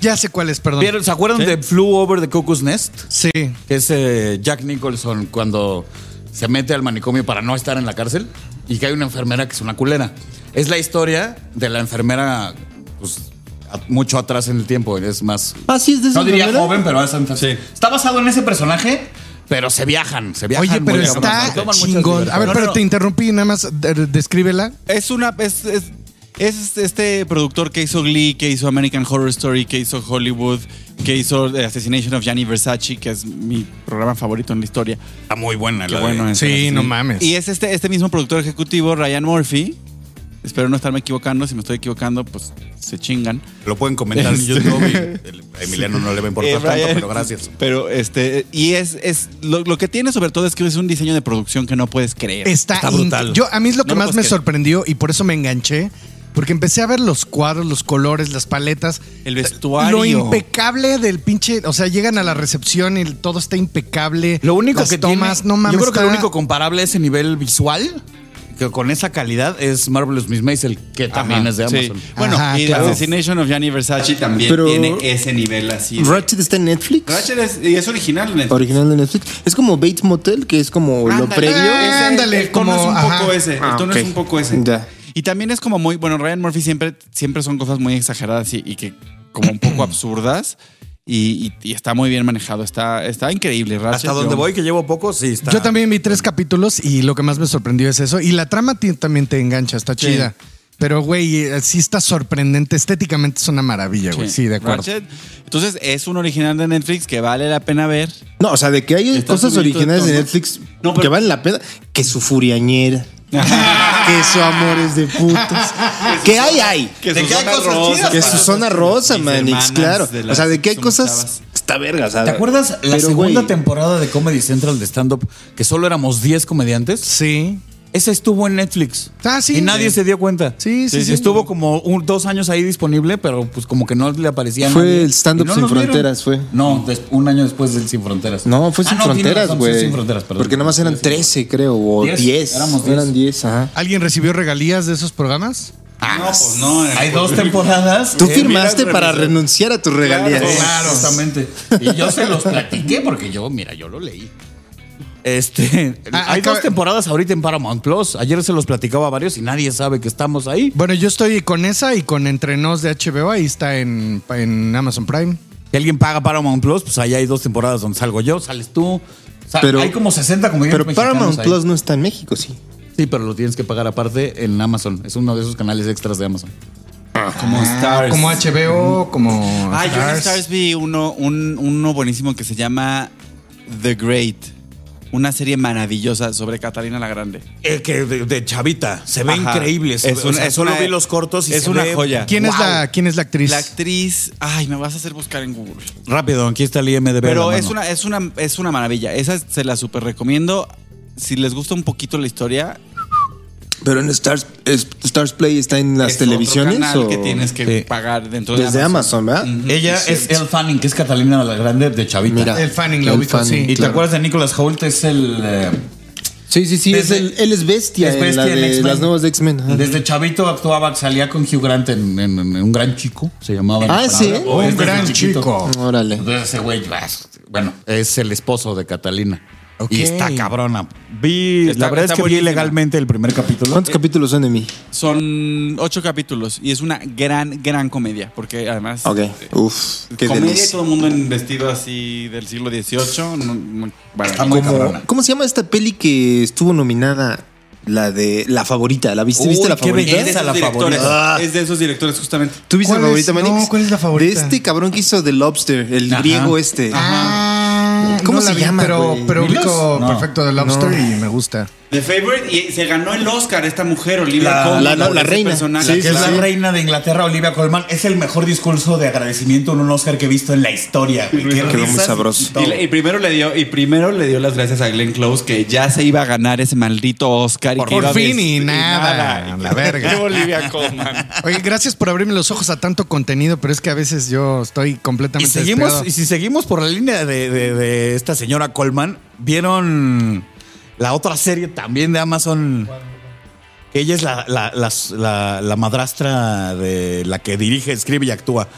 S5: Ya sé cuál es, perdón.
S3: ¿Vieron- ¿Se acuerdan de Flew Over the Cuckoo's Nest?
S5: Sí.
S3: Que es eh, Jack Nicholson cuando se mete al manicomio para no estar en la cárcel y que hay una enfermera que es una culera. Es la historia de la enfermera pues, a- mucho atrás en el tiempo. Es más.
S1: Así es de
S3: No
S1: esa
S3: diría
S1: manera?
S3: joven, pero es enfer- Está basado en ese personaje, pero se viajan. Se viajan
S5: Oye, pero
S3: muy cabrón.
S5: está
S3: Se toman muchas
S5: chingón.
S3: libertades.
S5: A ver,
S3: No,
S5: pero
S3: no,
S5: te
S3: no.
S5: interrumpí, nada más de- de- descríbela.
S4: Es una. Es, es- es este productor que hizo Glee, que hizo American Horror Story, que hizo Hollywood, que hizo The Assassination of Gianni Versace, que es mi programa favorito en la historia.
S3: Está muy buena
S4: Qué
S3: la de-
S4: bueno eh. es.
S5: Sí, no mames.
S4: Y es este, este mismo productor ejecutivo, Ryan Murphy, Espero no estarme equivocando. Si me estoy equivocando, pues se chingan.
S6: Lo pueden comentar en
S4: Este.
S6: YouTube. y el- a Emiliano no le va a importar
S4: Eh,
S6: tanto,
S4: Brian,
S6: pero gracias.
S4: Pero este, y es, es lo, lo que tiene sobre todo es que es un diseño de producción que no puedes creer.
S5: Está,
S6: Está
S5: inc-
S6: brutal.
S5: Yo, a mí es lo que
S4: No lo
S5: más
S4: puedes
S5: me
S4: creer.
S5: sorprendió y por eso me enganché. Porque empecé a ver los cuadros, los colores, las paletas.
S4: El vestuario.
S5: Lo impecable del pinche. O sea, llegan a la recepción y todo está impecable.
S3: Lo único
S5: Las
S3: que
S5: tomas,
S3: tiene,
S5: no mames.
S3: yo creo que lo
S5: está-
S3: único comparable a ese nivel visual que con esa calidad es Marvelous Miss Maisel, que también es de
S4: Sí.
S3: Amazon.
S4: Bueno,
S5: Ajá,
S4: y
S5: claro.
S4: The Assassination of Gianni Versace también
S1: Pero-
S4: tiene ese nivel así. de-
S1: Ratchet está en Netflix.
S4: Ratchet es, y es original. Neta.
S1: Original de Netflix. Es como Bates Motel, que es como lo
S5: Ah,
S4: Ándale,
S1: previo.
S4: ese,
S5: Ándale,
S4: el tono
S5: como-
S4: es un
S5: ajá.
S4: poco ese.
S1: Ah,
S4: el tono
S1: ok.
S4: es un poco ese.
S1: Ya.
S4: Y también es como muy. Bueno, Ryan Murphy siempre, siempre son cosas muy exageradas y, y que como un poco absurdas. Y, y- y está muy bien manejado. Está, está increíble. Ratchet,
S3: Hasta donde
S4: yo-
S3: voy, que llevo poco, sí está.
S5: Yo también vi tres capítulos y lo que más me sorprendió es eso. Y la trama ti- también te engancha, está
S4: Sí.
S5: chida. Pero, güey, eh, sí está sorprendente. Estéticamente es una maravilla, güey. Pues Sí, de acuerdo.
S4: Ratchet. Entonces es un original de Netflix que vale la pena ver.
S1: No, o sea, de que hay
S4: Está
S1: cosas
S4: subidito de
S1: originales de
S4: tono.
S1: Netflix
S4: No, pero-
S1: que valen la pena. Que su furiañera. que su amores de putos. que hay, hay.
S4: Que
S6: De
S4: sus
S6: que hay
S4: zonas
S6: cosas
S4: rosas,
S6: chidas,
S1: Que
S4: para
S1: su
S4: los-
S1: zona rosa,
S4: mis
S1: manix,
S4: hermanas
S1: claro.
S4: de
S1: o
S4: las
S1: sea, de que hay
S4: son
S1: cosas.
S4: chavas.
S1: Está verga, o sea,
S3: ¿Te acuerdas la
S1: pero,
S3: segunda
S1: güey,
S3: temporada de Comedy Central de stand-up que solo éramos 10 comediantes?
S5: Sí.
S3: Esa estuvo en Netflix.
S5: Ah, sí.
S3: Y nadie
S5: Sí.
S3: se dio cuenta.
S5: Sí, sí, sí.
S3: Estuvo como un- dos años ahí disponible, pero pues como que no le aparecía
S1: Fue
S3: nadie.
S1: el stand-up
S3: Y no
S1: Sin
S3: nos vieron.
S1: Fronteras, fue.
S3: No, des- un año después del Sin Fronteras.
S1: No, fue
S3: Ah,
S1: sin
S3: no, tiene
S1: fronteras,
S3: razón, sí,
S1: güey.
S3: Sin Fronteras, perdón.
S1: Porque nada más eran 13, creo, o 10.
S3: Diez, éramos diez.
S1: Eran 10, ajá.
S5: ¿Alguien recibió regalías de esos programas?
S4: No, pues no.
S3: Hay dos temporadas.
S1: Tú
S3: Eh,
S1: firmaste
S3: mira,
S1: para
S3: revisé.
S1: renunciar a tus regalías.
S3: Claro, exactamente. Y yo se los platiqué porque yo, mira, yo lo leí. Este,
S5: Ah,
S3: hay
S5: acaba-
S3: dos temporadas ahorita en Paramount Plus. Ayer se los platicaba a varios y nadie sabe que estamos ahí.
S5: Bueno, yo estoy con esa y con Entrenos de HBO. Ahí está en, en Amazon Prime.
S3: Si alguien paga Paramount Plus, pues ahí hay dos temporadas donde salgo yo, sales tú. O sea,
S1: Pero-
S3: hay como 60 comediantes
S1: Pero
S3: mexicanos
S1: Paramount
S3: ahí.
S1: Plus no está en México, sí.
S3: Sí, pero lo tienes que pagar aparte en Amazon. Es uno de esos canales extras de Amazon.
S4: Como Stars.
S5: Ah, Como HBO, como.
S4: Ah, yo en
S5: Stars.
S4: Stars vi uno, un- uno buenísimo que se llama The Great. Una serie maravillosa sobre Catalina la Grande.
S3: Eh, que de, de chavita. Se ve
S4: Ajá.
S3: increíble. Se
S4: Es
S3: ve- o
S4: una-
S3: sea,
S4: es
S3: solo
S4: una-
S3: vi los cortos y
S4: es
S3: se
S4: una
S3: ve-
S4: joya.
S5: ¿Quién, es
S3: Wow.
S5: la, ¿Quién es la actriz?
S4: La actriz. Ay, me vas a hacer buscar en Google.
S3: Rápido, aquí está el IMDB. a
S4: Pero
S3: la
S4: es
S3: mano.
S4: una, es una, es una maravilla. Esa se la super recomiendo. Si les gusta un poquito la historia,
S1: Pero en Stars, es- Stars Play está en las
S4: es
S1: televisiones.
S4: otro canal
S1: o-
S4: que tienes que
S3: Sí.
S4: pagar dentro de
S1: Desde Amazon, ¿verdad?
S3: Ella es El Fanning, que es Catalina la Grande de Chavita.
S1: Mira.
S5: El Fanning, la
S1: El
S5: ubico,
S1: Fanning,
S5: sí.
S3: ¿Y te
S1: claro.
S3: acuerdas de Nicholas Holt? Es el. eh,
S1: Sí, sí, sí. es
S3: Desde-
S1: el- él es bestia,
S3: es
S1: en la
S3: bestia en
S1: de
S3: X-Men.
S1: las nuevas de X-Men. ajá.
S3: Desde Chavito actuaba, salía con Hugh Grant en, en- en Un Gran Chico, se llamaba.
S1: Ah,
S3: Ahora,
S1: ¿sí?
S3: o
S5: Un
S3: Oh, este es desde
S5: gran
S3: chiquito.
S5: chico.
S1: Órale.
S3: Entonces ese güey, vas, bueno, es el esposo de Catalina. Y está cabrona. Vi,
S4: Está-
S3: la verdad
S4: está
S3: es que vi
S4: buenísima.
S3: legalmente el primer capítulo.
S1: ¿Cuántos capítulos son de mí?
S4: Son ocho capítulos y es una gran, gran comedia. Porque además.
S1: Ok.
S4: eh,
S1: Uf. Qué
S4: comedia y
S1: delicia.
S4: todo el mundo en vestido así del siglo XVIII. no- no- bueno,
S3: Está muy
S1: ¿Cómo,
S3: cabrona.
S1: ¿Cómo se llama esta peli que estuvo nominada? La de La Favorita. ¿La viste,
S3: Uy,
S1: ¿viste la
S3: qué
S1: favorita?
S3: belleza. Esa la
S4: directores.
S1: favorita. Ah.
S4: Es de esos directores, justamente.
S1: ¿Tú viste la
S5: ¿Cuál es?
S1: favorita, Manix?
S5: No, ¿cuál es la favorita?
S1: De este cabrón que hizo The Lobster, el griego este.
S5: Ah,
S1: ¿Cómo
S5: no
S1: se
S5: la vi,
S1: llama,
S5: Pero,
S1: güey?
S5: pero
S3: ¿Milos?
S5: ubico
S3: No.
S5: perfecto de Lobster y me gusta.
S4: The Favorite y se ganó el Oscar esta mujer, Olivia
S3: La-
S4: Colman,
S1: la- la-
S4: por
S1: la
S4: ese
S1: reina.
S4: personaje.
S1: Sí,
S3: Que es
S1: sí,
S3: la
S1: sí.
S3: reina de Inglaterra, Olivia Colman. Es el mejor discurso de agradecimiento en un Oscar que he visto en la historia. güey. Qué
S1: Quedó muy
S3: risas y
S1: sabroso.
S3: todo.
S4: Y, le- y primero le dio y primero le dio las gracias a Glenn Close que ya se iba a ganar ese maldito Oscar y
S5: Por
S4: que iba a
S5: fin
S4: vestir-
S5: y nada, la verga.
S4: Qué Olivia Colman.
S5: Oye, gracias por abrirme los ojos a tanto contenido, pero es que a veces yo estoy
S3: Y
S5: completamente
S3: seguimos,
S5: desviado.
S3: y si seguimos por la línea de, de- de esta señora Coleman, vieron la otra serie también de Amazon. Que ella es la, la- las- la- la madrastra de la que dirige, escribe y actúa.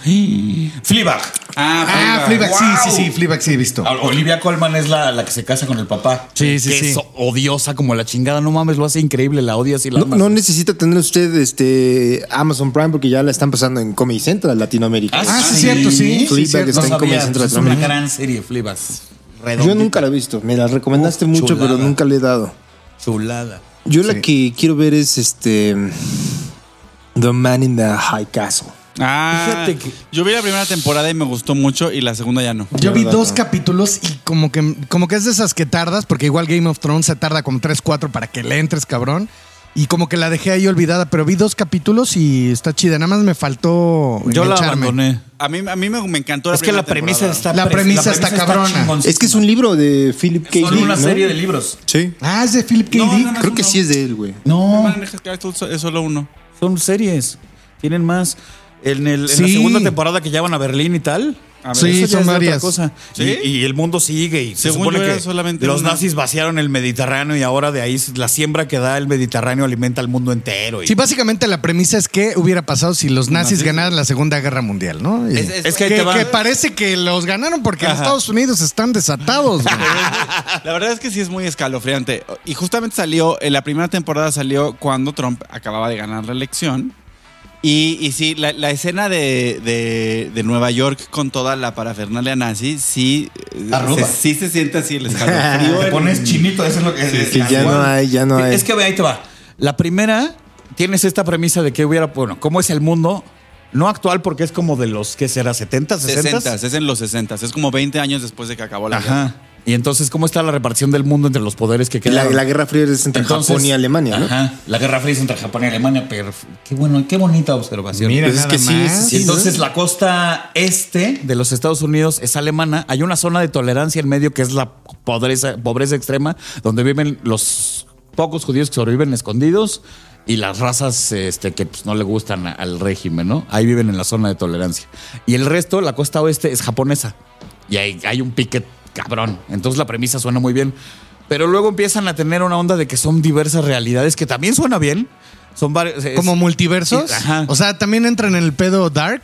S3: Fleabag.
S5: Ah, Fleabag, sí, sí, sí, Fleabag sí he visto.
S3: Olivia Colman es la, la que se casa con el papá.
S5: Sí, sí,
S3: Que
S5: sí.
S3: Es odiosa como la chingada. No mames, lo hace increíble. La odias y la
S1: No,
S3: amas.
S1: no necesita tener usted este Amazon Prime porque ya la están pasando en Comedy Central Latinoamérica.
S5: Ah, sí, cierto, sí. sí,
S1: Fleabag
S5: cierto.
S1: está en Comedy
S3: sabía,
S1: Central
S3: es una
S1: Latinoamérica.
S3: gran serie, Fleabag.
S1: Yo
S3: Redondita,
S1: nunca la he visto. Me la recomendaste
S3: Uf,
S1: mucho,
S3: chulada.
S1: pero nunca le he dado.
S3: Chulada.
S1: Yo la que quiero ver es este The Man in the High Castle.
S4: Ah,
S3: Fíjate que-
S4: yo vi la primera temporada y me gustó mucho y la segunda ya no.
S5: Yo vi
S1: Verdad,
S5: dos
S1: ¿no?
S5: capítulos y como que, como que es de esas que tardas, porque igual Game of Thrones se tarda como tres, cuatro para que le entres, cabrón. Y como que la dejé ahí olvidada, pero vi dos capítulos y está chida. Nada más me faltó
S3: Yo la
S5: engancharme.
S3: abandoné.
S4: A mí, a mí me, me encantó la
S3: Es que la
S4: primera
S3: premisa
S4: temporada.
S3: está
S5: La
S3: pre-
S5: premisa está cabrona.
S3: chingoncísima.
S1: Es que es un libro de Philip K.
S3: Son
S1: Dick,
S3: una
S1: ¿no?
S3: serie de libros.
S1: Sí.
S5: Ah, es de Philip K.
S3: No,
S5: Dick.
S3: no, no.
S1: Creo que sí es de él, güey.
S3: No,
S4: Hermano, es que esto Es solo uno.
S3: son series. Tienen más. En, el- en la
S5: Sí.
S3: segunda temporada que ya van a Berlín y tal.
S4: A ver,
S5: Sí,
S3: Eso ya
S5: son
S3: es de otra
S5: varias.
S3: cosa.
S4: ¿Sí?
S3: Y, y el mundo sigue. Y se
S4: Según
S3: supone
S4: yo era
S3: que
S4: solamente
S3: los
S4: una.
S3: nazis vaciaron el Mediterráneo y ahora de ahí la siembra que da el Mediterráneo alimenta al mundo entero. y-
S5: Sí, básicamente la premisa es que hubiera pasado si los nazis ganaran la Segunda Guerra Mundial, ¿no? Y-
S4: Es- es-
S3: es que ahí
S5: que,
S3: te va.
S5: que parece que los ganaron porque en
S4: Ajá.
S5: Estados Unidos están desatados. güey.
S4: La verdad es que sí es muy escalofriante. Y justamente salió, en la primera temporada salió cuando Trump acababa de ganar la elección. Y, y sí, la, la escena de, de- de Nueva York con toda la parafernalia nazi, sí, eh,
S3: Está ruda.
S4: se, sí se siente así el escalofrío.
S3: Ah, Te pones chinito, eso es lo que
S1: que ya no hay, ya no hay.
S3: Es que ve, ahí te va. La primera, tienes esta premisa de que hubiera, bueno, ¿cómo es el mundo? No actual, porque es como de los, ¿qué será? ¿70, 60?
S4: 60, es en los 60, es como 20 años después de que acabó la guerra.
S3: Ajá. Y entonces, ¿cómo está la repartición del mundo entre los poderes que
S1: La,
S3: quedan?
S1: la Guerra Fría es entre
S3: Entonces-
S1: Japón y Alemania, ¿no?
S3: Ajá. La Guerra Fría es entre Japón y Alemania, pero qué bueno, qué bonita observación.
S5: Mira,
S1: Pues es
S5: nada
S1: que sí,
S5: más.
S1: sí,
S3: Y entonces la costa este de los Estados Unidos es alemana. Hay una zona de tolerancia en medio que es la pobreza, pobreza extrema, donde viven los pocos judíos que sobreviven escondidos y las razas este, que pues, no le gustan a- al régimen, ¿no? Ahí viven en la zona de tolerancia. Y el resto, la costa oeste, es japonesa. Y hay, hay un piquet cabrón. Entonces la premisa suena muy bien. Pero luego empiezan a tener una onda de que son diversas realidades, que también suena bien. Son varios. es-
S5: Como multiversos.
S3: Ajá.
S5: O sea, también entran en el pedo dark.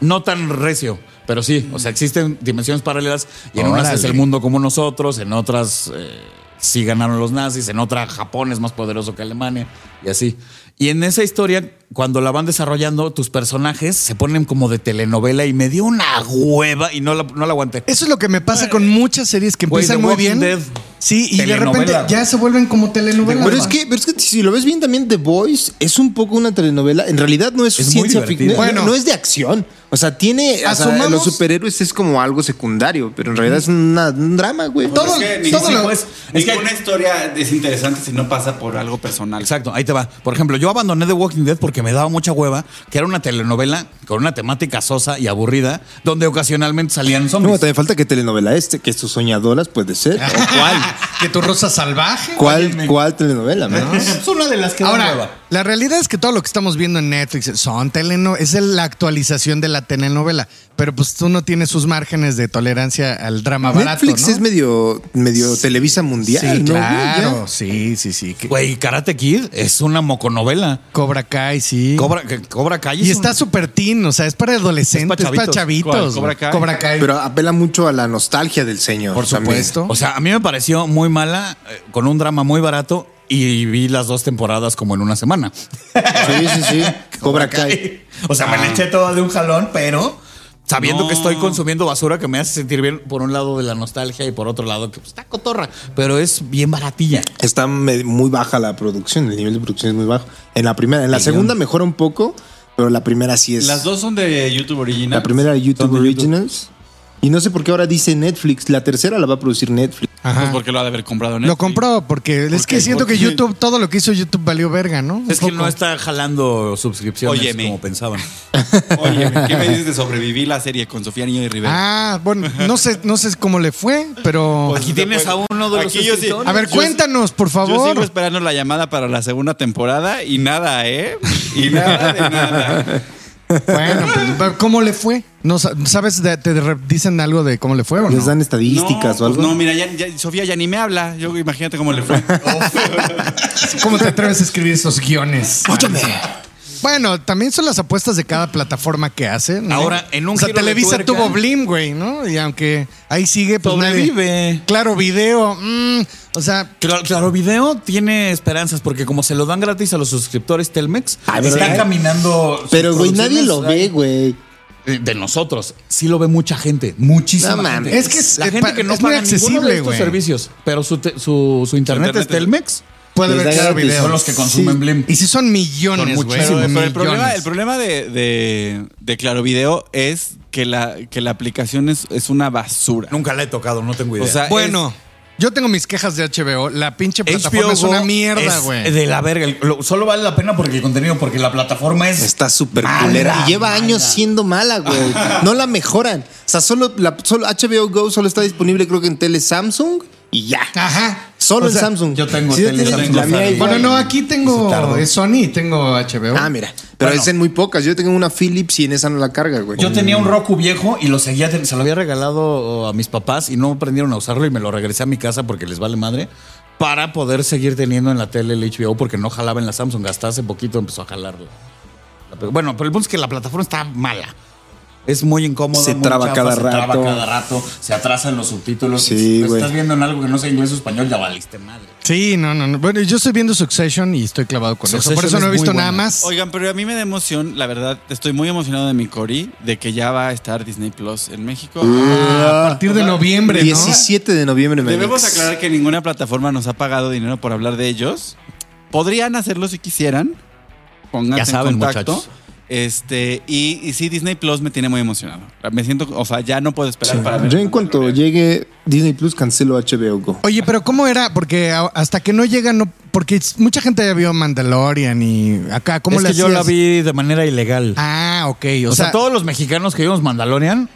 S3: no tan recio, pero sí, o sea, existen dimensiones paralelas y en unas
S5: Órale.
S3: es el mundo como nosotros, en otras eh, sí ganaron los nazis, en otra Japón es más poderoso que Alemania y así. Y en esa historia, cuando la van desarrollando, tus personajes se ponen como de telenovela y me dio una hueva y no la, no la aguanté.
S5: Eso es lo que me pasa con muchas series que
S3: Güey,
S5: empiezan
S3: The
S5: muy
S3: Walking
S5: bien.
S3: Dead.
S5: Sí, y de
S3: Telenovela,
S5: repente
S3: güey.
S5: ya se vuelven como telenovelas.
S1: Pero es, que, pero es que si lo ves bien también, The Voice es un poco una telenovela. En realidad no es,
S3: Es muy
S1: ciencia
S3: divertida.
S1: ficción.
S5: Bueno.
S1: no, no es de acción. O sea, tiene. o sea,
S5: Asumamos-
S1: los superhéroes es como algo secundario, pero en realidad es una- un drama, güey.
S5: Todo-
S4: Es que
S5: todo
S4: ni-
S5: lo-
S4: ningún-
S3: pues, es que-
S4: ninguna historia es interesante si no pasa por algo personal.
S3: Exacto, ahí te va. Por ejemplo, yo abandoné The Walking Dead porque me daba mucha hueva, que era una telenovela con una temática sosa y aburrida, donde ocasionalmente salían
S1: No,
S3: zombies.
S1: también falta que telenovela este, que sus soñadoras puede ser.
S5: Ah,
S1: ¿O ¿Cuál?
S5: que tu rosa salvaje.
S1: ¿Cuál, cuál telenovela,
S5: Ah,
S1: man?
S3: Es una de las que da hueva.
S5: Ahora, la realidad es que todo lo que estamos viendo en Netflix son teleno es la actualización de la telenovela, pero pues tú no tienes sus márgenes de tolerancia al drama barato,
S1: Netflix
S5: ¿no?
S1: es medio, medio Televisa mundial,
S5: Sí,
S1: ¿no?
S5: claro, sí, sí, sí. que-
S3: Güey, Karate Kid es una moconovela.
S5: Cobra Kai, sí.
S3: Cobra, que- Cobra Kai es
S5: y
S3: un-
S5: está súper teen, o sea, es para adolescentes, es para
S3: chavitos.
S5: chavitos.
S4: ¿Cuál? Cobra
S5: güey.
S4: Kai.
S5: Cobra
S1: Ya.
S5: Kai.
S1: Pero apela mucho a la nostalgia del señor.
S5: por
S1: también.
S5: supuesto.
S3: O sea, a mí me pareció muy mala, eh, con un drama muy barato, y vi las dos temporadas como en una semana.
S1: Sí, sí, sí. Cobra Kai.
S3: O sea, me
S5: Ah.
S3: la eché toda de un jalón, pero sabiendo que estoy consumiendo basura que me hace sentir bien, por un lado de la nostalgia y por otro lado que pues, está cotorra, pero es bien baratilla.
S1: Está me- muy baja la producción, el nivel de producción es muy bajo. En la primera, en la segunda mejora un poco, pero la primera sí es.
S4: Las dos son de YouTube original. Pues
S1: La primera YouTube
S4: Son de
S1: Originals. Y no sé por qué ahora dice Netflix. La tercera la va a producir Netflix.
S5: Ajá.
S4: Pues porque lo ha de haber comprado
S5: lo
S4: Netflix.
S5: compró porque es que
S4: Porque-
S5: siento que
S4: porque-
S5: YouTube, todo lo que hizo YouTube valió verga, ¿no? Un
S3: Es que
S5: poco.
S3: no está jalando suscripciones
S4: Óyeme.
S3: como pensaban.
S4: Oye, ¿qué me dices de sobrevivir la serie con Sofía Niño de Rivera? Pues,
S5: Ah, bueno, no sé, no sé cómo le fue, pero.
S3: Aquí tienes a uno de los
S4: Aquí yo sí.
S3: escritores.
S5: a ver,
S4: yo-
S5: cuéntanos, por
S4: Yo sigo
S5: favor.
S4: esperando la llamada para la segunda temporada y nada, ¿eh? Y nada de nada.
S5: Bueno, pues, ¿cómo le fue? No sa- sabes, de- te re- dicen algo de cómo le fue, ¿o no?
S1: Les dan estadísticas
S4: no,
S1: o algo.
S4: pues no, mira, ya, ya- Sofía ya ni me habla. Yo imagínate cómo le fue.
S3: Oh,
S5: ¿Cómo te atreves a escribir esos guiones?
S1: Óyeme.
S5: Bueno, también son las apuestas de cada plataforma que hace. ¿no?
S3: Ahora, en un
S5: O sea,
S3: giro de
S5: Televisa
S3: tuerca-
S5: tuvo Blim, güey, ¿no? Y aunque ahí sigue, pues nadie-
S3: Sobrevive.
S5: Claro, video. mm, o sea,
S3: Claro, Claro Video tiene esperanzas porque como se lo dan gratis a los suscriptores Telmex,
S1: Ah, ¿verdad?
S3: está caminando.
S1: Pero,
S3: sus
S1: güey, nadie lo ve,
S3: producciones,
S1: güey.
S3: ay, De nosotros. Sí lo ve mucha gente. Muchísima
S1: No
S3: gente.
S1: mames.
S5: Es que es-
S3: la
S5: eh,
S3: gente
S5: pa-
S3: que no
S5: es muy
S3: paga ninguno de
S5: accesible,
S3: estos
S5: güey.
S3: servicios. Pero su, te- su, su internet,
S4: internet
S3: es Telmex.
S5: puede
S1: Les
S5: haber
S1: da
S5: claro
S1: gratis,
S5: video.
S1: son los
S3: que consumen Blim.
S5: Y si son millones,
S3: Son
S5: güey.
S3: muchísimos.
S4: Pero,
S5: millones.
S4: pero el problema, el problema de, de, de Claro Video es que la, que la aplicación es, es una basura.
S3: Nunca la he tocado, no tengo idea.
S4: O sea,
S5: Bueno.
S4: es-
S5: Yo tengo mis quejas de HBO. La pinche plataforma
S3: HBO
S5: es una
S3: Go
S5: mierda,
S3: es
S5: güey.
S3: De la verga. El- lo- solo vale la pena porque el contenido, porque la plataforma es.
S1: Está súper
S3: mala,
S1: culera. Y lleva
S3: mala.
S1: años siendo mala, güey. No la mejoran. O sea, solo, la, solo HBO Go solo está disponible, creo que en tele Samsung y ya.
S5: Ajá.
S1: Solo
S5: O
S1: en
S5: sea,
S1: Samsung.
S3: yo tengo
S1: Sí,
S3: tele
S1: tienes
S3: Samsung.
S1: la mía igual.
S5: Bueno, no, aquí
S3: Se tardó.
S5: tengo eh, Sony y tengo HBO.
S1: Ah, mira. Pero
S3: Bueno.
S1: es en muy pocas. Yo tengo una Philips y en esa no la carga, güey.
S3: Yo tenía un Roku viejo y lo seguía, ten- se lo había regalado a mis papás y no aprendieron a usarlo y me lo regresé a mi casa porque les vale madre para poder seguir teniendo en la tele el HBO porque no jalaba en la Samsung. Hasta hace poquito empezó a jalarlo. Bueno, pero el punto es que la plataforma está mala. Es muy incómoda.
S1: Se
S3: muy
S1: traba cada
S3: se traba
S1: rato.
S3: cada rato, se atrasan los subtítulos.
S1: Sí,
S3: Si lo
S1: güey.
S3: estás viendo en algo que no sea inglés o español, ya valiste madre.
S5: Sí, no, no, no. Bueno, yo estoy viendo Succession y estoy clavado con eso. Por
S3: Succession
S5: eso no
S3: es
S5: he visto
S3: muy
S5: nada
S3: buena.
S5: más.
S4: Oigan, pero a mí me da emoción, la verdad, estoy muy emocionado de mi Cori, de que ya va a estar Disney Plus en México.
S3: ah,
S5: a partir de noviembre, ¿no?
S1: 17 de noviembre, me
S4: Debemos
S1: dices.
S4: aclarar que ninguna plataforma nos ha pagado dinero por hablar de ellos. Podrían hacerlo si quisieran. Pónganse
S3: Ya saben,
S4: en contacto.
S3: muchachos.
S4: Este, y, y sí, Disney Plus me tiene muy emocionado. Me siento, o sea, ya no puedo esperar para ver.
S1: Yo en cuanto llegue Disney Plus, cancelo HBO Go.
S5: Oye, pero ¿cómo era? Porque a- hasta que no llega, no, porque es- mucha gente ya vio Mandalorian y acá, ¿cómo
S3: es
S5: le
S3: que yo la
S5: hacías?
S3: vi de manera ilegal.
S5: Ah, ok. O,
S3: O, sea,
S5: sea,
S3: todos los mexicanos que vimos Mandalorian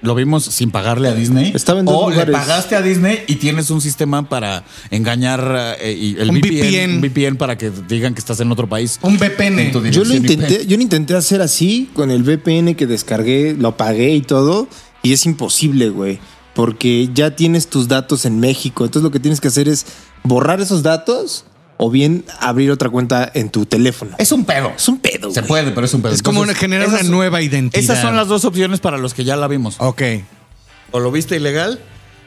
S3: lo vimos sin pagarle a Disney.
S1: Estaba en dos
S3: o le
S1: lugares.
S3: pagaste a Disney y tienes un sistema para engañar eh, y el
S5: Un
S3: VPN,
S5: VPN.
S3: un VPN para que te digan que estás en otro país.
S5: un VPN.
S3: En tu
S1: Yo lo
S3: dirección
S1: intenté,
S3: IP.
S1: yo lo intenté hacer así con el VPN que descargué, lo pagué y todo, y es imposible, güey, porque ya tienes tus datos en México, entonces lo que tienes que hacer es borrar esos datos o bien abrir otra cuenta en tu teléfono.
S3: Es un pedo.
S1: Es un pedo.
S3: Se
S1: güey.
S3: puede, pero es un pedo.
S5: Es como
S3: Entonces,
S5: generar una
S3: esas-
S5: nueva identidad.
S3: Esas son las dos opciones para los que ya la vimos.
S5: Ok.
S3: O lo viste ilegal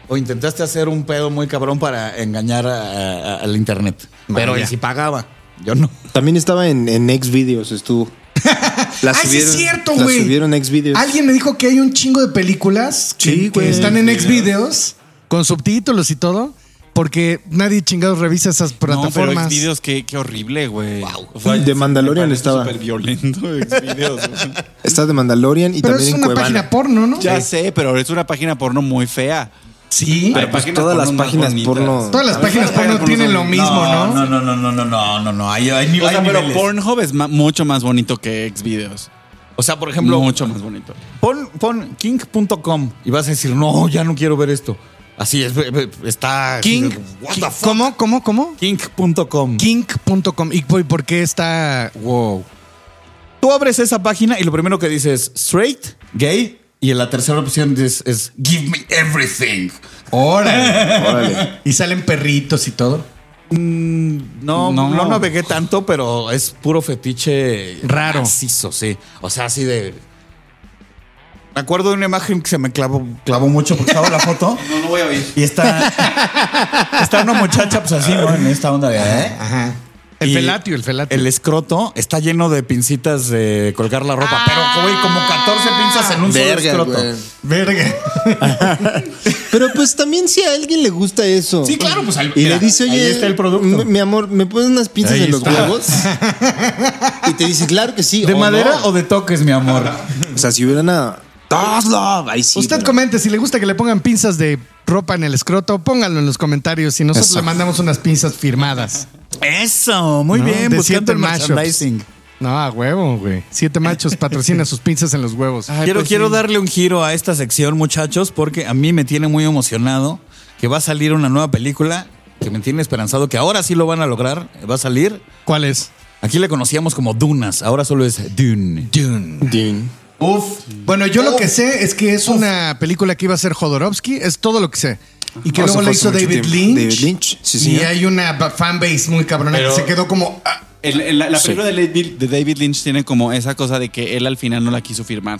S3: o intentaste hacer un pedo muy cabrón para engañar a- a- al internet. Pero
S5: Vaya.
S3: él sí pagaba. Yo no.
S1: También estaba en, en Xvideos, estuvo. La
S5: Ah, sí es cierto,
S1: la
S5: güey.
S1: subieron a Xvideos.
S5: Alguien me dijo que hay un chingo de películas que,
S1: Sí,
S5: que
S1: güey.
S5: están en Xvideos con subtítulos y todo, porque nadie chingados revisa esas
S4: No, pero
S5: plataformas.
S4: Xvideos, qué, qué horrible, güey. Wow.
S1: De Mandalorian estaba.
S4: Súper violento Xvideos. güey.
S1: Está de Mandalorian y
S5: pero es
S1: también
S5: una
S1: en Cuevana.
S5: página porno, ¿no?
S4: ya sé, pero es una página porno muy fea.
S5: Sí.
S4: Pero páginas
S1: todas las
S4: porno más
S1: páginas
S4: bonitas.
S1: porno.
S5: Todas las páginas porno tienen lo mismo, ¿no?
S3: No, no, no, no, no, no, no, no. Hay, hay,
S4: O sea,
S3: hay
S4: pero
S3: niveles.
S4: Pornhub es ma- mucho más bonito que Xvideos.
S3: O sea, por ejemplo,
S4: Mucho más bonito.
S3: Pon, pon king.com y vas a decir, no, ya no quiero ver esto. Así es, ve- ve- está.
S5: King.
S3: What the fuck?
S5: ¿Cómo? ¿Cómo? ¿Cómo?
S3: King.com.
S5: Kink.com. ¿Y por por qué está wow?
S3: Tú abres esa página y lo primero que dices es straight, gay, y en la tercera opción es, es give me everything.
S5: Órale.
S1: Órale.
S5: y salen perritos y todo.
S3: No, no,
S4: No.
S3: navegué tanto, pero es puro fetiche
S5: Raro.
S3: macizo, sí. O sea, así de. Me acuerdo de una imagen que se me clavó, clavó mucho porque estaba la foto.
S4: No, no voy a oír.
S3: Y está, está una muchacha, pues así, ¿no? En esta onda de. ¿eh?
S5: Ajá. El
S3: Y
S5: felatio, el felatio.
S3: El escroto está lleno de pincitas de colgar la ropa, pero, güey, como 14 pinzas en un
S1: Verga,
S3: solo escroto.
S1: güey.
S5: verga.
S1: Pero pues también si a alguien le gusta eso.
S3: Sí, claro, pues al-
S1: Y
S3: mira,
S1: le dice, oye,
S3: ahí está el producto.
S1: m- Mi amor, ¿me pones unas pinzas
S3: Ahí
S1: en los
S3: está.
S1: huevos? y te dice, claro que sí.
S3: ¿De
S1: o
S3: madera
S1: no.
S3: o de toques, mi amor?
S1: O sea, si hubieran a. Hazlo. Ahí sí.
S5: Usted
S1: pero-
S5: comente si le gusta que le pongan pinzas de ropa en el escroto, pónganlo en los comentarios y nosotros
S1: Eso.
S5: le mandamos unas pinzas firmadas.
S3: Eso, muy
S5: ¿no?
S3: bien,
S5: De
S3: buscando
S5: siete
S3: el
S5: mashups.
S3: merchandising.
S5: No, a huevo, güey. Siete machos patrocina sus pinzas en los huevos.
S3: quiero
S4: pues
S3: quiero
S4: sí.
S3: darle un giro a esta sección, muchachos, porque a mí me tiene muy emocionado que va a salir una nueva película que me tiene esperanzado que ahora sí lo van a lograr. Va a salir.
S5: ¿Cuál es?
S3: Aquí le conocíamos como Dunas, ahora solo es Dune.
S5: Dune.
S1: Ding.
S5: Uf. Bueno, yo lo que sé es que es una película que iba a ser Jodorowsky, es todo lo que sé. Y que
S1: Eso
S5: luego
S1: fue
S5: la
S1: hace
S5: hizo
S1: mucho
S5: David
S1: tiempo.
S5: Lynch.
S1: David Lynch, sí,
S5: Y
S1: señor.
S5: hay una ba- fanbase muy cabrona
S4: Pero-
S5: que se quedó como. ah,
S4: El- el- la, la película de, David, de David Lynch tiene como esa cosa de que él al final no la quiso firmar.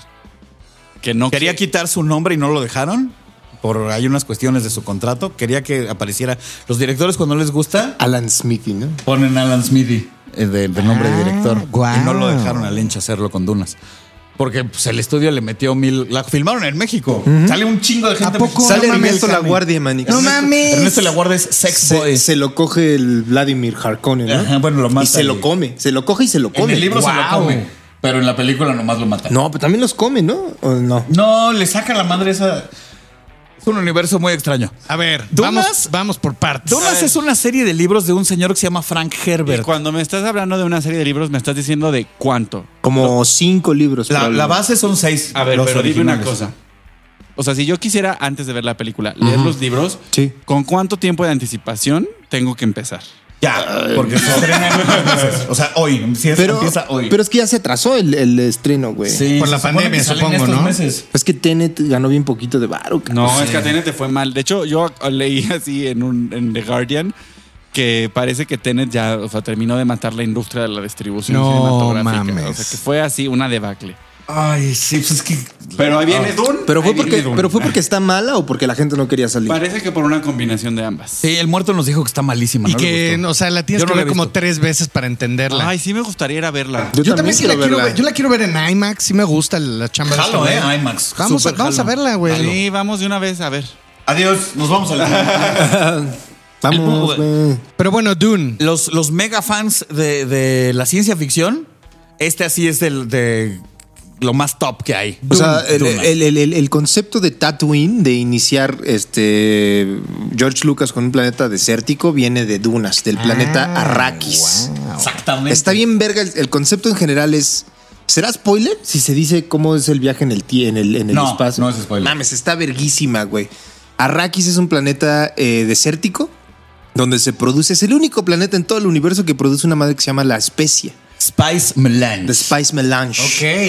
S4: Que no
S3: Quería
S4: que-
S3: quitar su nombre y no lo dejaron. Por hay unas cuestiones de su contrato. Quería que apareciera. Los directores, cuando les gusta,
S1: Alan Smithy, ¿no?
S3: ponen Alan Smithy eh, de, de nombre de
S5: Ah,
S3: director.
S5: guau.
S3: Y no lo dejaron a Lynch hacerlo con Dunas. Porque pues, el estudio le metió mil. La filmaron en México. Sale un chingo de gente.
S5: ¿A poco?
S3: Sale
S1: Sale
S5: mames,
S1: Ernesto La
S5: Jaime.
S1: Guardia, manica.
S5: No mames.
S3: Ernesto La Guardia es Sex
S1: Se,
S3: Boy.
S1: se lo coge el Vladimir Harkonnen, ¿no?
S3: Ajá, bueno, lo mata
S1: Y se
S3: y-
S1: lo come. Se lo coge y se lo
S3: en
S1: come.
S3: el libro se lo
S1: Guau.
S3: come. Pero en la película nomás lo matan.
S1: No, pero también los come, ¿no? ¿O no?
S3: No, le saca la madre esa. Es un universo muy extraño.
S5: A ver,
S3: ¿Dunas?
S5: vamos, vamos por partes.
S4: A
S3: Dunas
S4: ver.
S3: es una serie de libros de un señor que se llama Frank
S4: Ah, Y
S3: Herbert.
S4: cuando me estás hablando de una serie de libros, me estás diciendo de cuánto.
S1: Como cinco libros.
S3: La, la
S1: probablemente.
S3: base son seis.
S4: A ver,
S3: los
S4: pero dime una
S3: originales.
S4: cosa. O sea, si yo quisiera, antes de ver la película, leer los libros,
S1: Sí.
S4: ¿con cuánto tiempo de anticipación tengo que empezar?
S3: Ya, porque se estrena en unos meses. O sea, hoy. Si es,
S1: pero,
S3: empieza hoy.
S1: pero es que ya se atrasó el, el estreno, güey.
S3: Sí,
S5: Por
S3: se
S5: la
S3: supone
S5: pandemia,
S3: que salen
S5: supongo,
S3: estos
S5: ¿no?
S3: meses.
S1: Es que Tenet ganó bien poquito de varo, cabrón.
S4: No, es que a Tenet te fue mal. De hecho, yo leí así en, un, en The Guardian que parece que Tenet ya o sea, terminó de matar la industria de la distribución
S5: No
S4: cinematográfica. O
S5: mames.
S4: sea, que fue así una debacle.
S3: Ay, sí, pues es que.
S4: Pero ahí viene Dune.
S1: Pero fue
S4: ahí viene
S1: porque,
S4: Dune.
S1: pero fue porque está mala o porque la gente no quería salir.
S4: Parece que por una combinación de ambas.
S3: Sí, el muerto nos dijo que está malísima.
S5: Y
S3: no le
S5: que,
S3: gustó.
S5: o sea, la tienes
S3: Yo no
S5: que
S3: la
S5: ver
S3: he
S5: como
S3: visto.
S5: tres veces para entenderla.
S4: Ay, sí me gustaría ir a verla.
S5: yo, también sí la quiero
S1: verla.
S5: ver. Yo la quiero ver en IMAX. Sí me gusta la chamba. de
S3: Jalo,
S5: este güey.
S3: eh, IMAX.
S5: Vamos, a,
S3: Súper
S5: vamos a
S3: jalo.
S5: verla, güey.
S4: Sí, vamos de una vez a ver.
S6: Adiós, nos vamos a la.
S1: Vamos, güey.
S5: Pero bueno, Dune.
S3: Los, los mega fans de, de la ciencia ficción, este así es del, de lo más top que hay.
S1: O sea, el,
S3: Duna.
S1: el- el- el- el concepto de Tatooine, de iniciar este George Lucas con un planeta desértico, viene de Dunas, del planeta
S3: Ah,
S1: Arrakis.
S3: Exactamente.
S1: Está bien verga, el, el concepto en general es... ¿Será spoiler si se dice cómo es el viaje en el, tie- en el, en el
S3: No,
S1: espacio?
S3: no es spoiler.
S1: Mames, está verguísima, güey. Arrakis es un planeta eh, desértico donde se produce... Es el único planeta en todo el universo que produce una madre que se llama la especie.
S3: Spice Melange.
S1: The Spice Melange.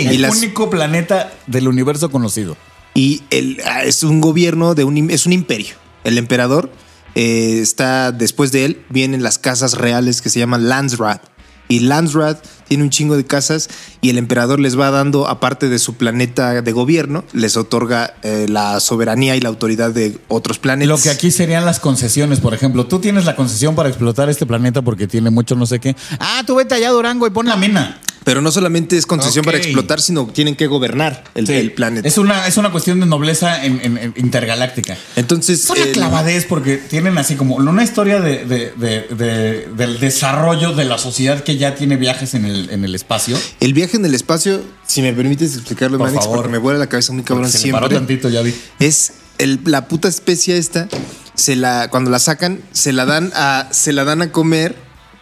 S1: Y
S3: el
S1: las-
S3: único planeta del universo conocido.
S1: y el, ah, es un gobierno de un im- es un imperio. El emperador eh, está después de él vienen las casas reales que se llaman Landsrat y Landsrat tiene un chingo de casas y el emperador les va dando aparte de su planeta de gobierno les otorga eh, la soberanía y la autoridad de otros planetas.
S3: Lo que aquí serían las concesiones, por ejemplo. Tú tienes la concesión para explotar este planeta porque tiene mucho no sé qué. Ah, tú vete allá a Durango y pon la mina.
S1: Pero no solamente es concesión para
S5: Ok.
S1: explotar sino tienen que gobernar el,
S3: Sí.
S1: el planeta.
S3: Es una, es una cuestión de nobleza en- en- en- intergaláctica.
S1: Entonces
S3: Es una
S1: el-
S3: clavadez porque tienen así como una historia de, de- de- de- del desarrollo de la sociedad que ya tiene viajes en el, en el espacio.
S1: el viaje en el espacio, si me permites explicarlo,
S3: Por
S1: Manix,
S3: favor.
S1: porque me vuela la cabeza muy cabrón
S3: Porque se me
S1: siempre.
S3: paró tantito, ya vi.
S1: es el- la puta especie esta se la cuando la sacan se la dan a se la dan a comer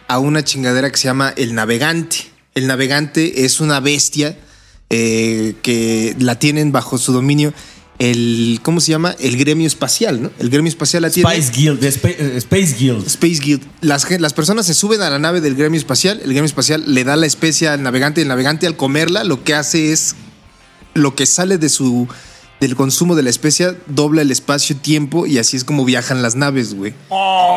S1: a una chingadera que se llama el navegante el navegante es una bestia eh, que la tienen bajo su dominio el cómo se llama el gremio espacial no el gremio espacial la tiene
S3: Spice Guild, de Spa- eh, Space Guild.
S1: Space Guild. Las, gen- las personas se suben a la nave del gremio espacial. El gremio espacial le da la especie al navegante. El navegante, al comerla, lo que hace es lo que sale de su del consumo de la especie dobla el espacio-tiempo y así es como viajan las naves, güey.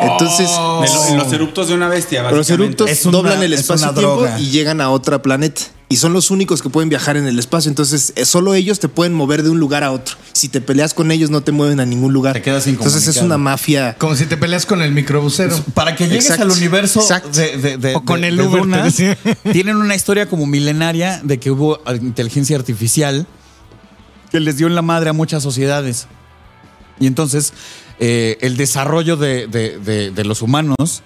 S1: Entonces,
S4: De lo- los eruptos de una bestia,
S1: los
S4: básicamente.
S1: eructos
S3: Es una-
S1: doblan el
S3: es una
S1: espacio-tiempo
S3: droga.
S1: y llegan a otro planeta. Y son los únicos que pueden viajar en el espacio. Entonces, eh, solo ellos te pueden mover de un lugar a otro. Si te peleas con ellos, no te mueven a ningún lugar.
S3: Te quedas
S1: Entonces, es
S3: incomunicado.
S1: una mafia.
S5: Como si te peleas con el microbusero.
S7: Pues,
S3: Para que llegues
S1: Exacto.
S3: al universo
S1: Exacto.
S3: de, de- de-
S5: O con
S3: de-
S5: el
S3: de
S5: Uber, te
S3: Dunas,
S5: decía.
S3: tienen una historia como milenaria de que hubo inteligencia artificial que les dio en la madre a muchas sociedades. Y entonces eh, el desarrollo de, de- de- de los humanos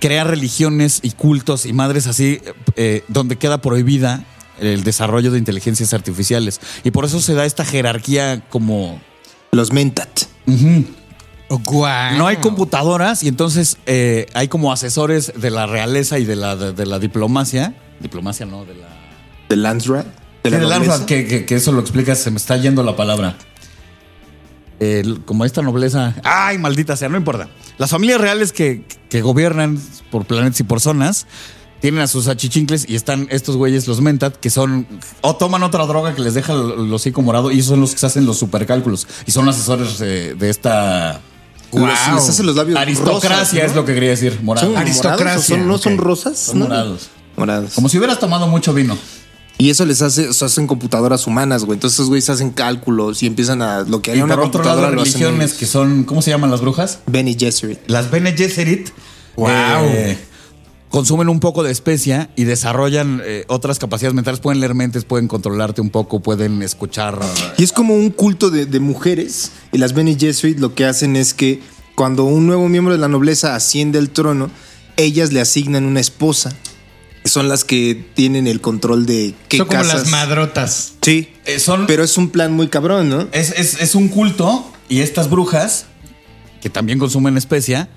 S3: crea religiones y cultos y madres así eh, donde queda prohibida el desarrollo de inteligencias artificiales. Y por eso se da esta jerarquía como
S1: Los Mentat.
S5: Guau.
S3: no hay computadoras y entonces eh, hay como asesores de la realeza y de la, de, de la diplomacia. Diplomacia no, de la...
S1: De Landsrat.
S3: Sí, de la
S1: nobleza.
S3: nobleza, que, que- que eso lo explicas, se me está yendo la palabra. El- como esta nobleza... Ay, maldita sea, no importa. Las familias reales que, que gobiernan por planetas y por zonas tienen a sus achichincles y están estos güeyes, los mentat, que son... O toman otra droga que les deja el, el hocico morado y esos son los que hacen los supercálculos y son asesores eh, de esta...
S1: Los- les hace los labios
S3: Aristocracia
S1: rosas, ¿no?
S3: es lo que quería decir, morado.
S1: Son aristocracia.
S5: aristocracia,
S1: ¿Son- ¿No son
S5: ok.
S1: rosas?
S3: Son
S1: ¿no?
S3: morados.
S1: Morados.
S3: Como si hubieras tomado mucho vino.
S1: Y eso les hace, o sea, hacen computadoras humanas, güey. Entonces, esos güeyes hacen cálculos y empiezan a lo que
S3: Y
S1: haría una
S3: por otro
S1: computadora.
S3: lado,
S1: lo hacen
S3: religiones que son, ¿cómo se llaman las brujas?
S1: Bene Gesserit.
S3: Las Bene Gesserit.
S5: Wow.
S3: eh, consumen un poco de especia y desarrollan eh, otras capacidades mentales. Pueden leer mentes, pueden controlarte un poco, pueden escuchar.
S1: Y es como un culto de, de mujeres. Y las Bene Gesserit lo que hacen es que cuando un nuevo miembro de la nobleza asciende al trono, ellas le asignan una esposa son las que tienen el control de qué
S5: Son como
S1: casas.
S5: las madrotas.
S1: Sí,
S3: Eh, son-
S1: pero es un plan muy cabrón, ¿no?
S3: es, es- es un culto y estas brujas, que también consumen especia,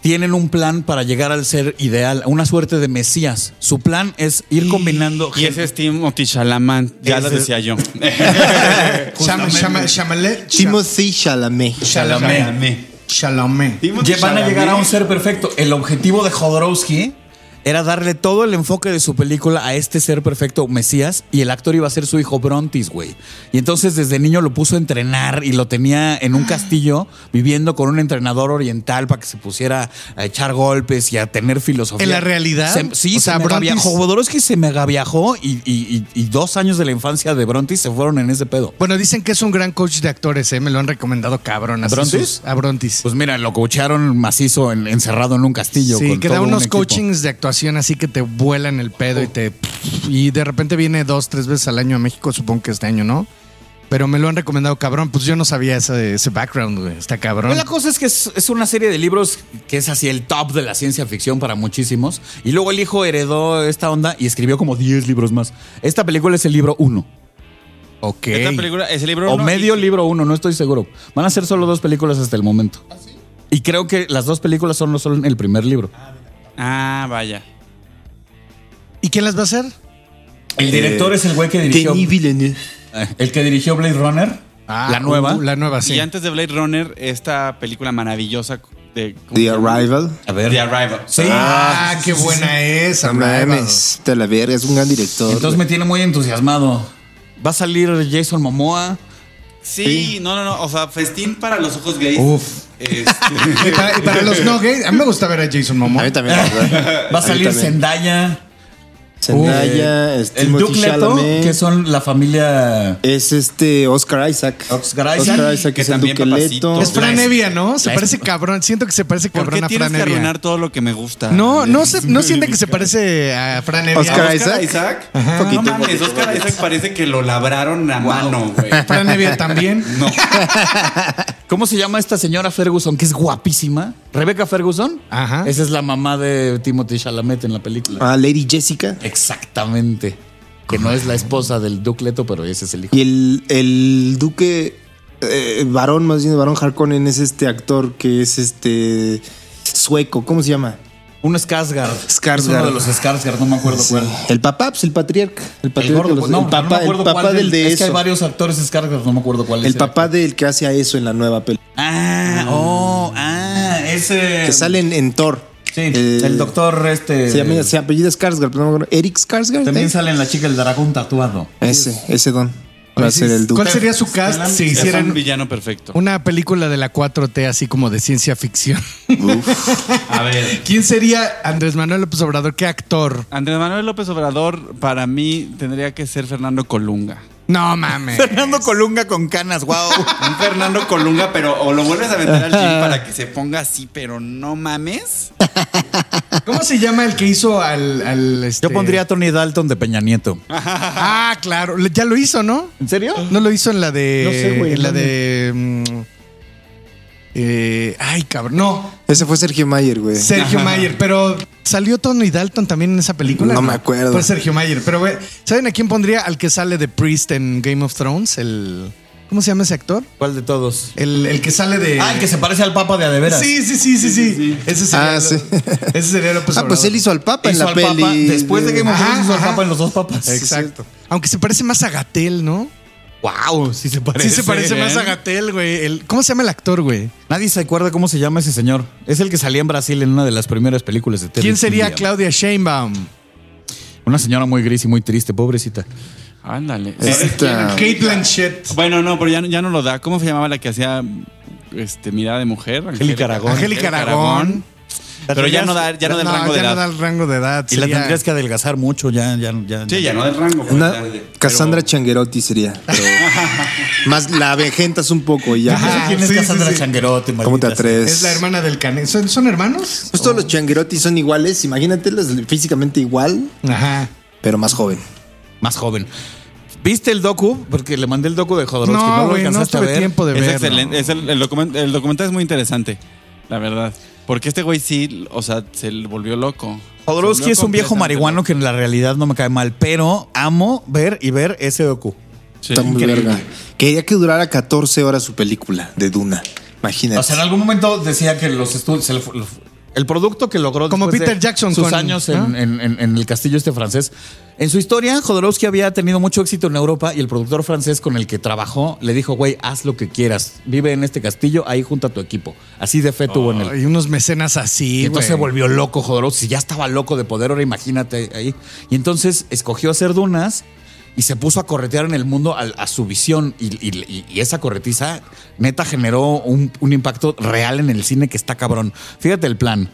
S3: tienen un plan para llegar al ser ideal, a una suerte de mesías. Su plan es ir combinando...
S4: Y ese es Timothy Chalaman, ya lo
S3: Ese-
S4: decía yo.
S5: Chama- chama- chamale- cham-
S1: Timothy Chalamet.
S5: Chalamet. Chalamet.
S3: Ya van a llegar a un ser perfecto. El objetivo de Jodorowsky era darle todo el enfoque de su película a este ser perfecto, Mesías, y el actor iba a ser su hijo Brontis, güey. Y entonces desde niño lo puso a entrenar y lo tenía en un castillo viviendo con un entrenador oriental para que se pusiera a echar golpes y a tener filosofía.
S5: ¿En la realidad?
S3: Se- sí,
S5: O sea,
S3: se mega
S5: Brontis-
S3: viajó. Jodorowsky se mega viajó y, y- y- y dos años de la infancia de Brontis se fueron en ese pedo.
S5: Bueno, dicen que es un gran coach de actores, ¿eh? Me lo han recomendado cabrón. así
S3: ¿Brontis?
S5: sus- A Brontis.
S3: Pues mira, lo coacharon macizo en- encerrado en un castillo.
S5: Sí,
S3: con
S5: que da
S3: todo un
S5: unos
S3: equipo.
S5: coachings de actuación así que te vuelan el pedo y te. Y de repente viene dos, tres veces al año a México, supongo que este año, ¿no? Pero me lo han recomendado cabrón. Pues yo no sabía ese, ese background, güey. Está cabrón.
S3: Pues la cosa es que es, es una serie de libros que es así el top de la ciencia ficción para muchísimos. Y luego el hijo heredó esta onda y escribió como 10 libros más. Esta película es el libro 1.
S5: Ok.
S4: Esta película, ese libro.
S3: O
S4: no,
S3: medio libro 1, no estoy seguro. Van a ser solo dos películas hasta el momento. Y creo que las dos películas son no solo en el primer libro.
S4: y- Ah, vaya.
S5: ¿Y quién las va a hacer?
S3: El director es el güey que
S1: Denis Villeneuve.
S3: El que dirigió Blade Runner. la nueva.
S5: uh, la nueva, sí.
S4: Y antes de Blade Runner, esta película maravillosa de. ¿cómo se
S1: The
S4: llama?
S1: Arrival.
S3: a ver.
S4: The Arrival.
S3: Sí.
S5: Ah, qué buena es.
S1: No mames, te la verga, es un gran director.
S3: Entonces me tiene muy entusiasmado. Va a salir Jason Momoa.
S4: Sí, no, no, no. O sea, festín para los ojos gays.
S5: Uf.
S4: Este,
S5: Y para, y para los no gays, a mí me gusta ver a Jason
S1: a
S5: Momoa.
S1: mí también. ¿verdad?
S3: Va a
S1: mí
S3: salir
S1: también.
S3: Zendaya.
S1: Zendaya,
S3: Eh,
S1: es
S3: el
S1: Timothée
S3: Duke Leto,
S1: Chalamet.
S3: que son la familia.
S1: Es este Oscar Isaac.
S3: Oscar Isaac,
S1: Isaac
S4: que
S1: es el
S4: también
S1: Duque
S4: papacito.
S1: Leto.
S5: Es Fran
S3: La-
S5: Evia, ¿no? Se
S3: la-
S5: parece cabrón. Siento que se parece
S4: ¿Por
S5: cabrón
S4: qué
S5: a
S4: tienes
S5: Fran
S4: que arruinar
S5: Evia.
S4: todo lo que me gusta?
S5: No, no, se, no siente que se parece a Fran Evia.
S1: Oscar
S4: Oscar
S1: Isaac.
S4: Isaac.
S1: Un poquito,
S4: no
S1: un
S4: mames,
S1: poquito,
S4: Oscar Isaac parece que lo labraron a mano, güey.
S5: Fran Evia también.
S4: No.
S3: ¿Cómo se llama esta señora Ferguson, que es guapísima? Rebeca Ferguson.
S5: Ajá.
S3: Esa es la mamá de Timothy Chalamet en la película.
S1: Ah, Lady Jessica.
S3: Exactamente. Que no es la esposa del Duke Leto, pero ese es el hijo.
S1: Y el, el Duque eh, Varón, más bien Varón Harkonnen, es este actor que es este sueco. ¿Cómo se llama?
S3: Un Skarsgård.
S1: Skarsgård.
S3: Es uno de los Skarsgård, no me acuerdo cuál.
S1: El papá, pues el patriarca. El
S3: Pues El
S1: patriarca.
S3: gordo,
S1: de los-
S3: no,
S1: el papá,
S3: no me
S1: el
S3: acuerdo
S1: papá
S3: cuál
S1: del de
S3: es que hay
S1: eso.
S3: varios actores Skarsgård, no me acuerdo cuál es.
S1: El papá del que hace a eso en la nueva película.
S3: Ah, oh, ah, ese.
S1: Que sale en, en Thor.
S3: Sí,
S1: Eh,
S3: el doctor este.
S1: Se, llama, se apellida Skarsgård, pero no me acuerdo. Eric Skarsgård.
S3: También
S1: ¿eh?
S3: sale en la chica del dragón tatuado.
S1: Ese, ese don. Va a ser el Duque.
S5: ¿Cuál sería su cast si
S4: Es un
S5: hicieran
S4: villano perfecto.
S5: una película de la 4T así como de ciencia ficción?
S4: A ver.
S5: ¿Quién sería Andrés Manuel López Obrador? ¿Qué actor?
S4: Andrés Manuel López Obrador, para mí, tendría que ser Fernando Colunga.
S5: No mames.
S3: Fernando Colunga con canas, wow.
S4: Un Fernando Colunga, pero o lo vuelves a meter al gym para que se ponga así, pero no mames.
S5: ¿Cómo se llama el que hizo al... al, este-
S3: Yo pondría a Tony Dalton de Peña Nieto.
S5: Ah, claro. Ya lo hizo, ¿no?
S3: ¿En serio?
S5: No lo hizo en la de...
S3: No sé, güey,
S5: En la
S3: ¿dónde?
S5: de... mm, eh, ay, cabrón. No,
S1: Ese fue Sergio Mayer, güey.
S5: Sergio Mayer. Pero salió Tony Dalton también en esa película.
S1: No me acuerdo.
S5: Fue Sergio Mayer. Pero, güey, ¿saben a quién pondría al que sale de Priest en Game of Thrones? El... ¿Cómo se llama ese actor?
S3: ¿Cuál de todos?
S5: El, el que sale de...
S3: Ah, el que se parece al Papa de Adeveras.
S5: Sí, sí, sí, sí, sí. Ese sería,
S1: Ah,
S5: lo-
S1: sí.
S5: ese sería López
S1: ah, pues
S5: Obrador.
S1: él hizo al Papa en
S3: Hizo
S1: la
S3: al
S1: peli.
S3: Papa. Después de Game of
S5: Ajá,
S3: Thrones hizo al
S5: ajá.
S3: Papa en los dos papas.
S5: Exacto. Aunque se parece más a Gatel, ¿no?
S3: Wow, sí se parece.
S5: Sí se parece
S3: ¿eh?
S5: más a Gatel, güey. El- ¿Cómo se llama el actor, güey?
S3: Nadie se acuerda cómo se llama ese señor. Es el que salía en Brasil en una de las primeras películas de Terry
S5: ¿Quién sería
S3: Gilliam.
S5: Claudia Sheinbaum?
S3: Una señora muy gris y muy triste, pobrecita.
S4: Ándale. Este,
S1: Esta-
S5: Kate Blanchett.
S4: Bueno, no, pero ya, ya no lo da. ¿Cómo se llamaba la que hacía este mirada de mujer?
S3: Angélica Aragón.
S5: Angélica Aragón.
S4: Pero ya no da- ya no del rango de
S5: ya no
S4: edad.
S5: da el rango de edad.
S3: Y la
S5: sería-
S3: tendrías que adelgazar mucho, ya, ya, ya.
S4: Sí, ya no del rango. pues,
S1: Una
S4: ya. Pero-
S1: Cassandra Changuerotti sería. pero- más la avejentas un poco y ya.
S5: Ajá.
S3: ¿Quién es
S5: Ah, Sí, sí,
S3: Cassandra
S5: sí.
S3: Changuerote,
S1: ¿Cómo
S3: maldita
S1: te
S3: sea?
S1: atreves?
S5: Es la hermana del Canelo. ¿Son, son hermanos?
S1: Pues todos los Changuerotti son iguales. Imagínatelos físicamente igual,
S5: Ajá.
S1: pero más joven.
S3: más joven. ¿Viste el docu? Porque le mandé el docu de Jodorowsky.
S5: No,
S3: No, lo
S5: güey, no
S3: alcanzaste a
S5: tuve
S3: ver.
S5: tiempo de
S4: Es
S5: verlo.
S4: excelente. Es el, el document- el documental es muy interesante. la verdad. Porque este güey sí, o sea, se le volvió loco.
S7: Jodorowsky es un viejo marihuano que en la realidad no me cae mal, pero amo ver y ver ese docu.
S4: Sí.
S1: Está muy verga. Quería que durara 14 horas su película de Duna. Imagínate.
S7: O sea, en algún momento decía que los estudios. El, el producto que logró.
S5: Como
S7: después de
S5: Peter Jackson
S7: Sus
S5: con-
S7: años en,
S5: ¿no?
S7: en- en- en el castillo este francés. En su historia, Jodorowsky había tenido mucho éxito en Europa y el productor francés con el que trabajó le dijo, güey, haz lo que quieras. Vive en este castillo, ahí junta tu equipo. Así de fe tuvo en él.
S5: Y unos mecenas así,
S7: Y entonces se
S5: güey.
S7: volvió loco Jodorowsky. Ya estaba loco de poder, ahora imagínate ahí. Y entonces escogió hacer dunas y se puso a corretear en el mundo al- a, su visión. Y, y- y- y esa corretiza neta generó un, un impacto real en el cine que está cabrón. Fíjate el plan.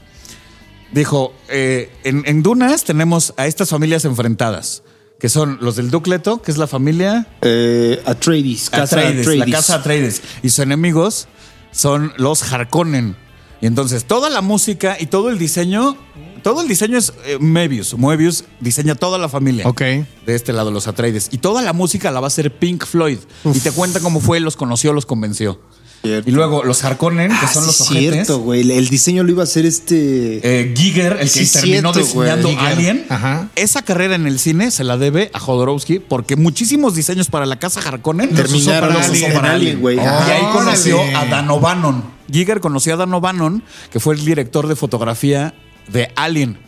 S7: Dijo, eh, en, en Dunas tenemos a estas familias enfrentadas, que son los del Ducleto, que es la familia
S1: Eh, Atreides, casa
S7: Atreides,
S1: Atreides.
S7: La casa Atreides. Y sus enemigos son los Harkonnen. Y entonces toda la música y todo el diseño, todo el diseño es eh, Moebius. Moebius diseña toda la familia.
S5: Ok.
S7: De este lado, los Atreides. Y toda la música la va a hacer Pink Floyd. Y te cuenta cómo fue, los conoció, los convenció.
S1: Cierto.
S7: Y luego los Harkonnen, que
S1: Ah,
S7: son los
S1: sí,
S7: ojetes.
S1: cierto, güey. El- El diseño lo iba a hacer este.
S7: eh, Giger, el que
S1: Sí,
S7: terminó
S1: cierto, güey.
S7: diseñando
S1: Giger.
S7: Alien,
S5: Ajá.
S7: esa carrera en el cine se la debe a Jodorowsky porque muchísimos diseños para la casa Harkonnen los usó
S1: Terminaron
S7: para
S1: los usó
S7: Alien.
S1: para Alien, güey. Ah,
S7: Y
S1: Ajá.
S7: ahí conoció
S5: Órale.
S7: a Dan O'Bannon. Eh, Giger conoció a Dan O'Bannon, que fue el director de fotografía de Alien.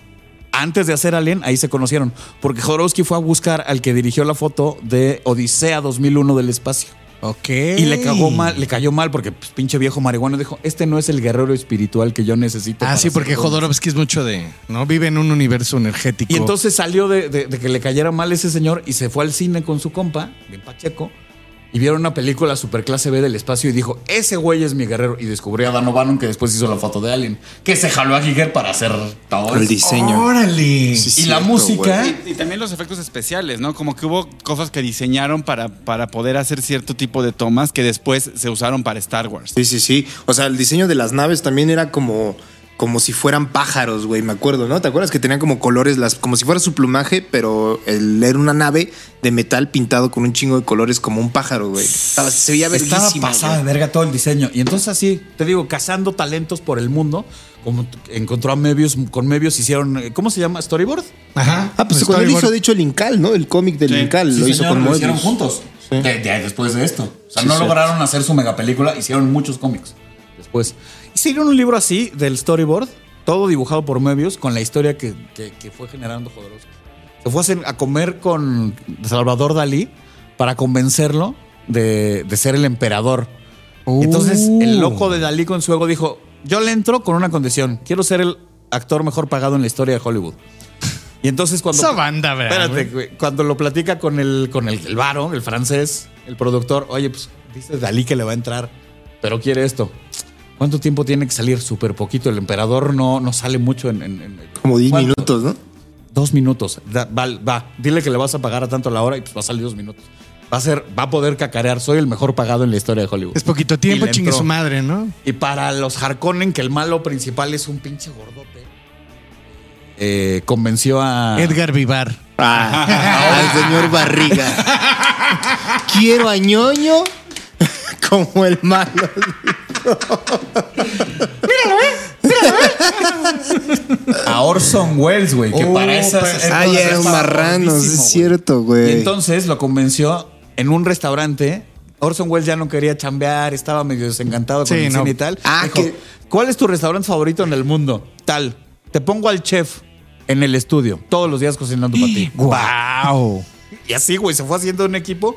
S7: Antes de hacer Alien, ahí se conocieron, porque Jodorowsky fue a buscar al que dirigió la foto de Odisea 2001 del espacio.
S5: Ok.
S7: Y le cagó mal, le cayó mal porque pues, pinche viejo marihuano dijo, este no es el guerrero espiritual que yo necesito.
S5: Ah,
S7: para
S5: sí,
S7: hacer
S5: porque
S7: todo".
S5: Jodorowsky es mucho de. ¿No? Vive en un universo energético.
S7: Y entonces salió de, de- de que le cayera mal ese señor y se fue al cine con su compa, bien Pacheco, y vieron una película super clase B del espacio y dijo, ese güey es mi guerrero. Y descubrió a Dan O'Bannon que después hizo la foto de Alien, que se jaló a Giger para hacer todo
S1: El
S7: eso.
S1: diseño.
S5: ¡Órale!
S1: Sí,
S7: Y la
S1: cierto,
S7: música-
S1: güey.
S4: Y, y también los efectos especiales, ¿no? Como que hubo cosas que diseñaron para, para poder hacer cierto tipo de tomas que después se usaron para Star Wars.
S1: Sí, sí, sí. O sea, el diseño de las naves también era como. Como si fueran pájaros, güey, me acuerdo, ¿no? ¿Te acuerdas que tenían como colores, las, como si fuera su plumaje, pero el, era una nave de metal pintado con un chingo de colores como un pájaro, güey. Estaba- Se veía
S7: Estaba
S1: verguísima,
S7: pasada de
S1: güey.
S7: verga todo el diseño. Y entonces así, te digo, cazando talentos por el mundo, como t- encontró a Mebius, con Mebius hicieron, eh, ¿cómo se llama? ¿Storyboard?
S5: Ajá.
S1: Ah, pues cuando él
S5: Storyboard.
S1: hizo, de hecho, el Incal, ¿no? El cómic del Incal, lo
S7: Sí,
S1: hizo
S7: señor,
S1: con
S7: lo
S1: Moebius.
S7: hicieron juntos.
S1: Sí.
S7: De- de- después de esto. O sea,
S1: Sí,
S7: no
S1: cierto.
S7: lograron hacer su megapelícula, hicieron muchos cómics después. Hicieron un libro así del storyboard, todo dibujado por Moebius, con la historia que, que- que fue generando Jodorowsky. Se fue a, hacer- a comer con Salvador Dalí para convencerlo de, de ser el emperador. Y Entonces,
S5: Uh.
S7: el loco de Dalí con su ego dijo: Yo le entro con una condición. Quiero ser el actor mejor pagado en la historia de Hollywood. Y entonces cuando...
S5: Esa banda, ¿verdad,
S7: Espérate,
S5: güey?
S7: güey. Cuando lo platica con el, con el, el varo, el francés, el productor, oye, pues dice Dalí que le va a entrar, pero quiere esto. ¿Cuánto tiempo tiene que salir? Súper poquito. El emperador no, no sale mucho en... en- en-
S1: Como 10
S7: ¿Cuánto?
S1: minutos, ¿no?
S7: Dos minutos. Da- va, va. dile que le vas a pagar a tanto la hora y pues va a salir dos minutos. Va a ser, va a poder cacarear. Soy el mejor pagado en la historia de Hollywood.
S5: Es poquito
S7: Y
S5: tiempo,
S7: le
S5: chingue
S7: entró.
S5: su madre, ¿no?
S7: Y para los Harkonnen, que el malo principal es un pinche gordote, eh, convenció a...
S5: Edgar Vivar.
S1: Ah, al señor Barriga. Quiero a ñoño como el malo.
S7: a Orson Welles, güey, que
S5: Oh,
S7: para esas
S5: pues,
S7: épocas
S1: Ah, ya era un
S7: estaba
S1: marrano, sí
S7: gordísimo,
S1: es cierto,
S7: Y
S1: güey.
S7: entonces lo convenció en un restaurante. Orson Welles ya no quería chambear, estaba medio desencantado con
S5: Sí,
S7: el
S5: no.
S7: cine y tal.
S1: Ah,
S7: Dijo,
S1: que-
S7: ¿cuál es tu restaurante favorito en el mundo? Tal. Te pongo al chef en el estudio, todos los días cocinando para ti.
S5: ¡Guau!
S7: Y así, güey, se fue haciendo un equipo.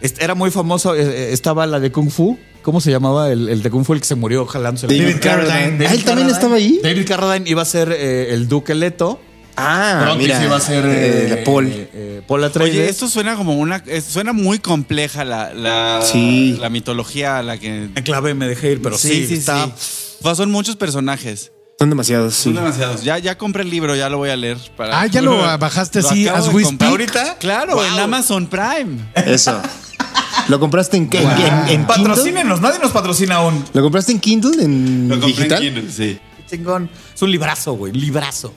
S7: Est- Era muy famoso, eh, eh, estaba la de Kung Fu. ¿Cómo se llamaba el, el de Kung Fu el que se murió jalándose la-
S5: David Carradine.
S1: Ah, él también estaba ahí.
S7: David Carradine iba a ser eh, el Duque Leto.
S1: Ah,
S7: Pronto
S1: mira.
S7: se iba a ser
S1: eh, la Paul.
S7: eh, eh, Paul Atreides.
S4: Oye, esto suena como una. es- Suena muy compleja la, la,
S1: Sí.
S4: la mitología a la que.
S7: me clavé, me dejé ir, pero sí, está.
S4: Pues Son muchos personajes.
S1: Son demasiados, sí.
S4: Son demasiados. Ya, ya compré el libro, ya lo voy a leer. para-
S5: Ah, ¿ya lo bajaste así,
S4: acabo
S5: as
S4: de
S5: we
S4: comprar.
S5: speak?
S4: Ahorita, claro,
S7: Wow.
S4: en Amazon Prime.
S1: Eso. ¿Lo compraste en, qué? ¿En- en- en Kindle?
S7: Patrocínenos, nadie nos patrocina aún.
S1: ¿Lo compraste en Kindle? ¿En digital?
S4: sí.
S7: Chingón. Es un librazo, güey, librazo.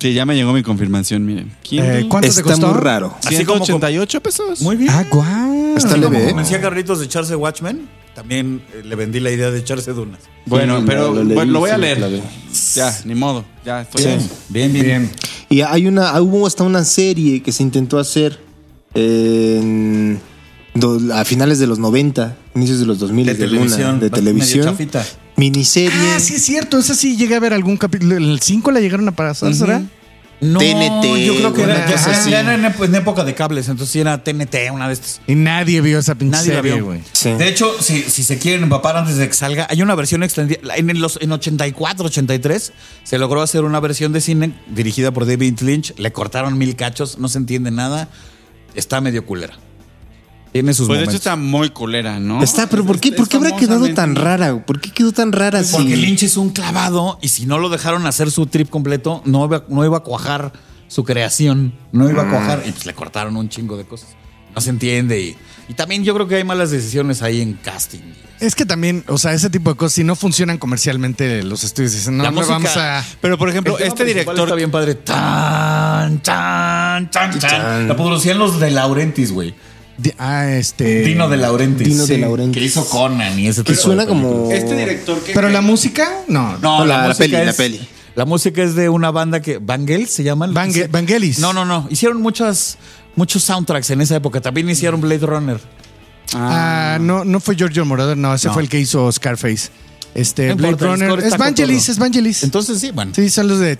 S4: Sí, ya me llegó mi confirmación, miren. Kindle.
S5: Eh, ¿Cuánto
S1: Está
S5: te costó?
S1: muy raro.
S7: Así como
S4: 188 pesos.
S7: bien.
S5: Ah, guau.
S1: Está leve. ¿eh?
S7: Convencí a Carlitos de echarse Watchmen.
S3: también eh, le vendí la idea de echarse dunas.
S4: Bueno,
S8: Sí,
S4: pero
S8: la- la leí,
S4: bueno, lo voy a
S8: sí,
S4: leer.
S8: la leí.
S4: Ya, ni modo. Ya estoy.
S3: Bien, bien.
S1: Y hay una, ah, hubo hasta una serie que se intentó hacer en do- a finales de los 90, inicios de los 2000,
S3: De
S1: alguna,
S3: televisión,
S1: de
S3: medio
S1: televisión.
S3: chafita.
S1: Miniserie.
S5: Ah, sí es cierto. Esa sí llegué a ver algún capítulo. El 5 la llegaron a pasar, ¿será?
S3: No,
S1: TNT,
S3: yo creo que
S1: una
S3: era, ya-
S1: cosa
S3: ya
S1: así.
S3: era en, ep- en época de cables, entonces sí era TNT, una de estas.
S5: Y nadie vio esa pinche
S3: Nadie la
S5: serie,
S3: vio.
S5: güey.
S1: Sí.
S3: De hecho, si, si se quieren empapar antes de que salga, hay una versión extendida. En, los, en 84, 83, se logró hacer una versión de cine dirigida por David Lynch. Le cortaron mil cachos, no se entiende nada. Está medio culera. Tiene sus
S4: Pues de hecho
S3: momentos.
S4: está muy culera, ¿no?
S1: Está, pero ¿por qué,
S4: Es-
S1: ¿por qué
S4: es
S1: habrá quedado
S4: famosamente-
S1: tan rara? ¿Por qué quedó tan rara así?
S3: Porque Lynch es un clavado y si no lo dejaron hacer su trip completo, no iba, no iba a cuajar su creación. No iba a cuajar y pues le cortaron un chingo de cosas. No se entiende. Y, y también yo creo que hay malas decisiones ahí en casting.
S5: Es que también, o sea, ese tipo de cosas, si no funcionan comercialmente, los estudios dicen, no,
S3: La
S5: no
S3: música-
S5: vamos a.
S4: Pero por
S3: El
S4: ejemplo,
S3: tema
S4: este
S3: principal
S4: director
S3: Está bien padre. Tan, tan, tan, tan.
S1: Tan.
S3: La producían los de Laurentis, güey.
S5: Di- Ah, este.
S3: Dino de Laurentis.
S1: Dino de
S3: Sí.
S1: Laurentis.
S3: Que hizo Conan y ese
S1: que
S3: tipo de
S1: suena
S3: películas.
S1: como.
S4: Este director que
S5: Pero la música,
S3: No,
S5: no.
S1: No,
S3: la,
S1: la- la
S3: música
S1: peli, la
S3: es-
S1: peli.
S3: La música es de una banda que. ¿Bangles se llaman?
S5: Bange-
S3: Hici-
S5: Vangelis.
S3: No, no, no. Hicieron muchas, muchos soundtracks en esa época. También hicieron Blade Runner.
S5: Ah, no, no fue Giorgio Moroder, no, ese
S3: No.
S5: fue el que hizo Scarface. Este,
S3: No
S5: Blade
S3: importa, el score
S5: Runner.
S3: está
S5: Es Vangelis,
S3: con
S5: es Vangelis.
S3: Entonces, sí, bueno.
S5: sí, son los de.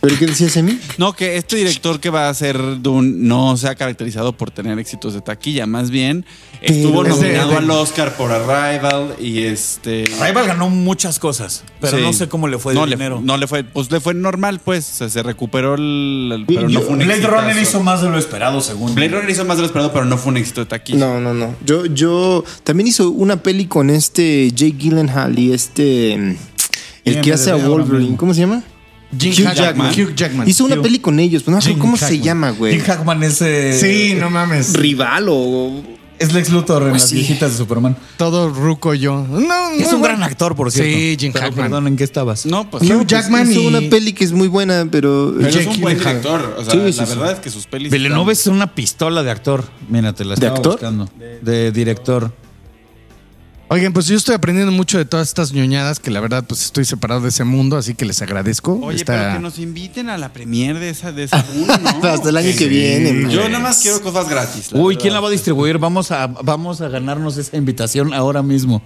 S1: ¿Pero qué decías, Emi?
S4: No, que este director que va a hacer Dune no se ha caracterizado por tener éxitos de taquilla, más bien estuvo
S5: Pero-
S4: nominado
S5: Ese-
S4: al Oscar por Arrival y este
S3: Rival ganó muchas cosas, pero
S4: Sí.
S3: no sé cómo le fue de
S4: no
S3: dinero.
S4: Le, no le fue, pues le fue normal, pues o sea, se recuperó el, el- pero no fue un
S3: Blade
S4: exitazo.
S3: Runner hizo más de lo esperado, según.
S4: Blade Runner hizo más de lo esperado, pero no fue un éxito de taquilla.
S1: No, no, no. Yo, yo también hizo una peli con este Jake Gyllenhaal y este. mm, El que
S3: IMDb
S1: hace a
S3: ahora
S1: Wolverine.
S3: mismo.
S1: ¿Cómo se llama?
S5: Jim
S1: Hugh
S5: Jackman.
S1: Jackman.
S5: Hugh Jackman.
S1: Hizo una
S3: Hugh-
S1: peli con ellos, pero no me acuerdo
S3: Jim
S1: cómo se
S3: Hackman.
S1: llama, güey.
S3: Jim Hackman es. eh,
S5: Sí, no mames.
S1: Rival o.
S3: Es Lex Luthor en
S1: Pues
S3: las
S1: sí.
S3: viejitas de Superman.
S5: Todo ruco yo. No,
S3: Es
S5: muy
S3: un
S5: bueno.
S3: gran actor, por cierto.
S5: Sí, Jim
S3: Pero,
S5: Hackman.
S3: Perdón, ¿en qué estabas?
S4: No, pues
S5: Hugh
S4: no, pues,
S5: Jackman
S1: Hizo
S5: y.
S1: una peli que es muy buena, pero.
S4: pero es
S5: Jake
S4: un buen
S5: Gyllenhaal.
S4: director. O sea,
S1: Sí, sí,
S4: la
S1: sí.
S4: verdad es que sus pelis.
S3: Villeneuve es una pistola de actor. Mira, te la estaba
S1: actor?
S3: buscando. De director.
S5: Oigan, pues yo estoy aprendiendo mucho de todas estas ñoñadas que la verdad, pues estoy separado de ese mundo, así que les agradezco.
S4: Oye,
S5: esta-
S4: pero que nos inviten a la premiere de esa de esa Dune, ¿no?
S1: Hasta el año que viene. man.
S4: Yo nada más quiero cosas gratis. la
S3: Uy,
S4: verdad.
S3: ¿quién la va a distribuir? Vamos a, vamos a ganarnos esa invitación ahora mismo.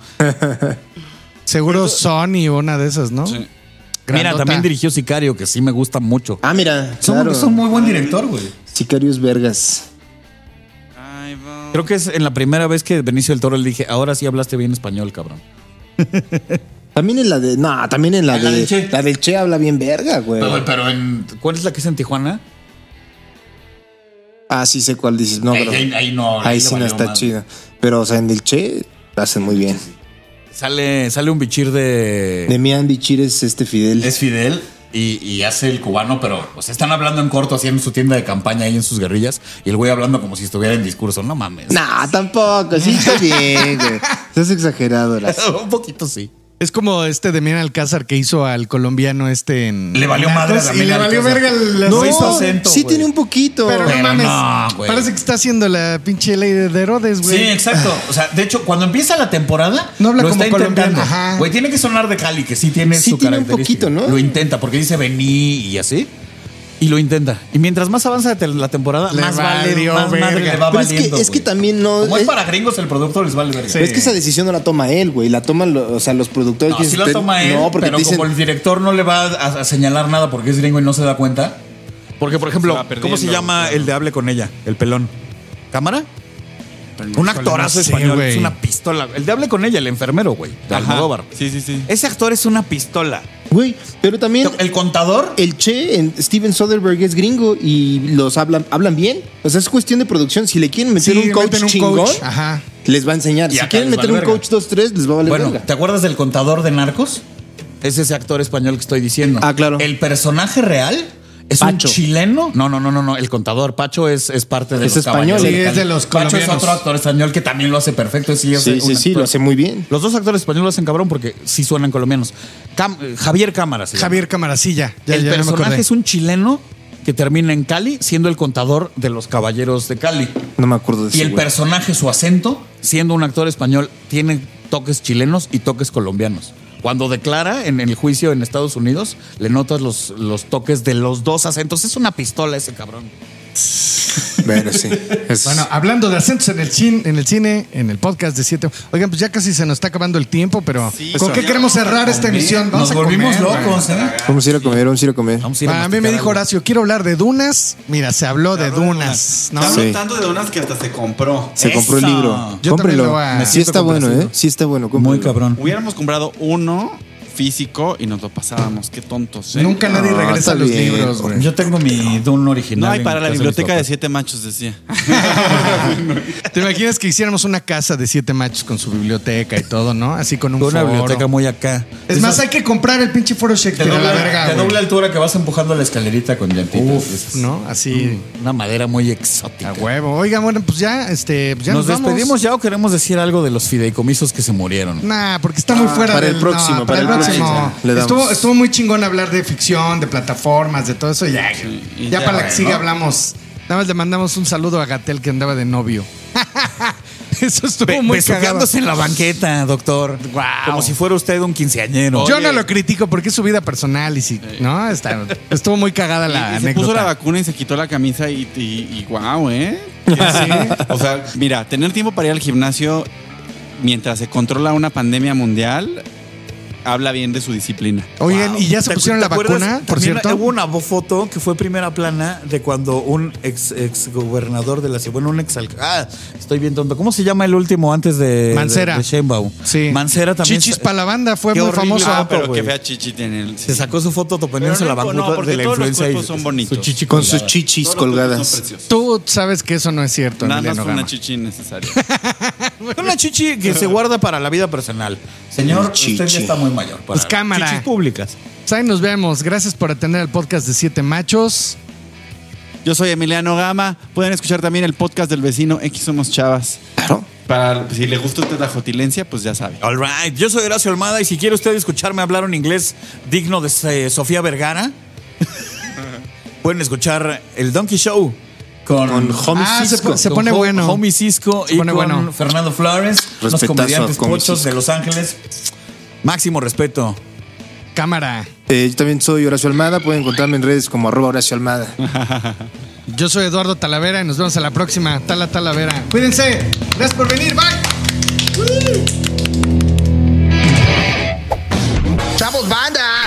S5: Seguro Sony o una de esas, ¿no?
S4: Sí.
S5: Grandota.
S3: Mira, también dirigió Sicario, que sí me gusta mucho.
S1: Ah, mira.
S3: Son-
S1: Claro.
S3: son muy buen director, güey.
S1: Sicarios Vergas.
S4: Ay, va.
S3: Creo que es en la primera vez que Benicio del Toro le dije, ahora sí hablaste bien español, cabrón.
S1: También en la de. No, también en la,
S3: En la
S1: de.
S3: del Che.
S1: La del Che habla bien verga, güey.
S3: en... ¿Cuál es la que es en Tijuana?
S1: Ah, sí sé cuál dices. No, pero.
S3: no.
S1: Ahí sí no está chido. Pero, o sea, en el Che la hacen muy bien.
S3: Sale, sale un bichir de...
S1: De mi Andy Chir es este Fidel.
S3: Es Fidel y, y hace el cubano, pero o sea, están hablando en corto, haciendo su tienda de campaña ahí en sus guerrillas y el güey hablando como si estuviera en discurso. No mames.
S1: No, tampoco. Sí, está bien, güey. Estás exagerado, las.
S3: Un poquito sí.
S5: Es como este Demian Alcázar que hizo al colombiano este en.
S3: Le valió madre a
S5: Narcos, Y
S3: Demian
S5: le valió
S3: Alcázar.
S5: verga el
S3: No,
S5: no,
S3: hizo acento,
S1: sí
S3: güey.
S1: tiene un poquito.
S5: Pero,
S3: Pero
S5: no mames.
S3: no, güey.
S5: parece que está haciendo la pinche ley de Herodes, güey.
S3: Sí, exacto. O sea, de hecho, cuando empieza la temporada,
S5: No habla
S3: lo
S5: como
S3: está intentando.
S5: colombiano, ajá.
S3: Güey, tiene que sonar de Cali, que sí tiene
S1: Sí
S3: su
S1: tiene un
S3: característica.
S1: poquito, ¿no?
S3: Lo intenta, porque dice vení y así. Y lo intenta. Y mientras más avanza te- la temporada,
S5: Le
S3: más vale,
S5: valió
S3: más madre
S5: verga.
S3: le va
S1: Pero es que-
S3: valiendo,
S1: es que
S3: güey.
S1: también no-
S3: Como es,
S1: es-
S3: para gringos, el producto les vale verga.
S1: Pero es que esa decisión no la toma él, güey. La toman, lo- o sea, los productores.
S3: No,
S1: que
S3: sí
S1: dicen,
S3: lo toma él,
S1: "Pero- no, porque
S3: pero
S1: te dicen,
S3: como el director no le va a, a señalar nada porque es gringo y no se da cuenta. Porque, por
S4: Se
S3: ejemplo,
S4: va perdiendo,
S3: ¿cómo se llama
S4: claro.
S3: el de Hable con ella? El pelón. ¿Cámara? Un actorazo
S5: no sé,
S3: español.
S5: güey.
S3: Es una pistola. El de Hable con ella, el enfermero, güey. De
S4: Ajá.
S3: Almodóvar.
S4: Sí, sí, sí.
S3: Ese actor es una pistola.
S1: güey, pero también
S3: El contador.
S1: el Che, en- Steven Soderbergh es gringo y los hablan, hablan bien. O sea, es cuestión de producción. Si le quieren meter
S5: Sí,
S1: un coach
S5: meten un
S1: chingón,
S5: coach, Ajá.
S1: les va a enseñar.
S3: Y
S1: Si
S3: acá
S1: quieren
S3: les
S1: meter
S3: vale
S1: un
S3: verga.
S1: coach 2-3, les va a valer
S3: Bueno,
S1: verga.
S3: ¿te acuerdas del contador de narcos? Es ese actor español que estoy diciendo.
S1: Ah, claro.
S3: El personaje real es
S1: Pacho.
S3: un chileno. No, no, no, no, no. El contador Pacho es, es parte de
S1: Es
S3: los
S1: español.
S3: Caballeros
S1: Sí,
S3: del
S5: es de
S3: Cali.
S5: los
S3: Pacho es
S5: colombianos.
S3: otro actor español que también lo hace perfecto. Sí, hace
S1: Sí, sí,
S3: una-
S1: sí, lo hace muy bien.
S3: Los dos actores españoles lo hacen cabrón porque sí suenan colombianos. Cam- eh, Javier Cámara. se llama.
S5: Javier Camaracilla. Ya,
S3: el
S5: ya no me
S3: personaje
S5: acordé.
S3: es un chileno que termina en Cali siendo el contador de los caballeros de Cali.
S1: No me acuerdo de
S3: Y
S1: ese,
S3: el
S1: güey.
S3: personaje, su acento, siendo un actor español, tiene
S7: toques chilenos y toques colombianos. Cuando declara en el juicio en Estados Unidos, le notas los, los toques de los dos acentos. Es una pistola ese cabrón.
S1: Bueno, sí. Es-
S5: Bueno, hablando de acentos en el, cin- en el cine, en el podcast de 7. Oigan, pues ya casi se nos está acabando el tiempo, pero
S7: pues
S5: ¿con qué queremos cerrar esta emisión? Vamos
S7: Nos
S5: a comer,
S7: volvimos
S5: güey.
S7: locos, ¿eh?
S1: vamos a ir a comer, vamos a ir a comer.
S7: Vamos a ir a
S5: Ah, a mí
S7: masticar
S5: me
S7: algo.
S5: dijo Horacio, quiero hablar de dunas. Mira, se habló de dunas, ¿no?
S4: Se habló
S1: Sí.
S4: tanto de unas que hasta se compró.
S1: Se compró el
S7: ¡Eso!
S1: libro.
S5: Yo también
S1: Cómprelo.
S5: lo voy a- Me
S1: Sí
S5: siento
S1: está bueno, ¿eh?
S5: complacido.
S1: Sí está bueno.
S7: Muy
S1: cómprelo.
S7: cabrón.
S4: Hubiéramos comprado uno físico y nos lo pasábamos. Qué tontos, ¿eh?
S5: Nunca nadie
S1: No,
S5: regresa
S1: está
S5: a los
S1: bien.
S5: libros, güey.
S7: Yo tengo mi Dune original.
S4: No, y
S7: en
S4: para la
S7: casa mis
S4: biblioteca de
S7: papás.
S4: siete machos, decía.
S5: ¿Te imaginas que hiciéramos una casa de siete machos con su biblioteca y todo, no? Así con un
S7: Tengo Una
S5: foro.
S7: biblioteca muy acá.
S5: Es más, hay que comprar el pinche foro
S7: te
S5: Shakespeare a
S7: dobla,
S5: la verga,
S7: te dobla
S5: güey.
S7: altura que vas empujando la escalerita con llantitas.
S5: Uf, ¿no? Así
S7: Una madera muy exótica.
S5: a huevo. Oigan, bueno, pues ya, este, ya
S7: Mm. ¿Nos
S5: nos, vamos.
S7: despedimos ya o queremos decir algo de los fideicomisos que se murieron?
S5: Nah, porque está
S4: Ah.
S5: muy fuera
S1: para
S5: del-
S1: el próximo,
S5: no,
S1: para el próximo. Le damos.
S5: Estuvo, estuvo muy chingón hablar de ficción, de plataformas, de todo eso. Ya,
S4: y
S5: ya,
S4: ya,
S5: para la que
S4: ¿no?
S5: sigue hablamos. Nada más le mandamos un saludo a Gatel que andaba de novio. eso estuvo
S7: Be-
S5: muy cagado.
S7: besuqueándose en la banqueta, doctor. Como si fuera usted un quinceañero.
S5: Yo no lo critico porque es su vida personal y si, ¿no? Está, estuvo muy cagada
S4: Y- y
S5: la
S4: se
S5: anécdota.
S4: puso la vacuna y se quitó la camisa y, y, y guau, ¿eh? O sea, mira, tener tiempo para ir al gimnasio mientras se controla una pandemia mundial habla bien de su disciplina.
S5: Oigan, ¿y ya se
S7: Oh, ¿Te-
S5: pusieron
S7: te
S5: la
S7: acuerdas?
S5: vacuna? Por
S7: También
S5: cierto.
S7: Hubo una foto que fue primera plana de cuando un ex, gobernador de la ciudad, bueno, un ex ah, estoy bien tonto. ¿Cómo se llama el último antes de
S5: Mancera.
S7: de, de Sheinbaum?
S5: Sí.
S7: Mancera también.
S5: Chichis para la banda fue
S7: Qué
S5: muy
S7: horrible
S5: famoso.
S4: Ah,
S7: foto,
S4: pero qué
S7: güey.
S4: fea chichi tiene el...
S7: se sacó su foto topeniéndose
S4: Pero
S7: la
S4: no,
S7: banqueta
S4: no, porque
S7: de la
S4: todos los
S7: influencia y
S4: cuerpos son bonitos.
S7: su chichi
S1: Con
S7: colgada.
S1: sus chichis
S4: Todos los productos
S1: colgadas.
S4: son preciosos.
S5: Tú sabes que eso no es cierto,
S4: Nada más
S5: Emiliano
S4: fue una
S5: Gama.
S4: chichi innecesaria.
S7: Una chichi que se guarda para la vida personal. Señor, usted
S1: Chichi.
S7: ya está muy mayor. Para
S5: Pues cámara.
S7: Chichis públicas.
S5: Pues ahí nos vemos. Gracias por atender al podcast de Siete Machos.
S4: Yo soy Emiliano Gama. Pueden escuchar también el podcast del vecino X Somos Chavas.
S1: Claro.
S4: Para si le gusta usted la jotilencia, pues ya sabe.
S7: All right. Yo soy Horacio Almada y si quiere usted escucharme hablar un inglés digno de eh, Sofía Vergara, pueden escuchar el Donkey Show con,
S1: Con Homie
S5: Ah, se
S1: Cisco.
S5: po- se
S7: con
S5: pone
S7: Ho-
S5: bueno.
S7: Homie Cisco
S5: Se
S7: y
S5: pone
S7: con
S5: bueno.
S7: Fernando Flores, los
S1: Respetazo
S7: comediantes
S1: a Homie
S7: pochos
S1: Cisco.
S7: de Los Ángeles. Máximo respeto.
S5: Cámara.
S1: Eh, yo también soy Horacio Almada. Pueden encontrarme en redes como arroba Horacio Almada.
S5: Yo soy Eduardo Talavera y nos vemos a la próxima. Tala Talavera. Cuídense. Gracias por venir. Bye. Chavos, banda.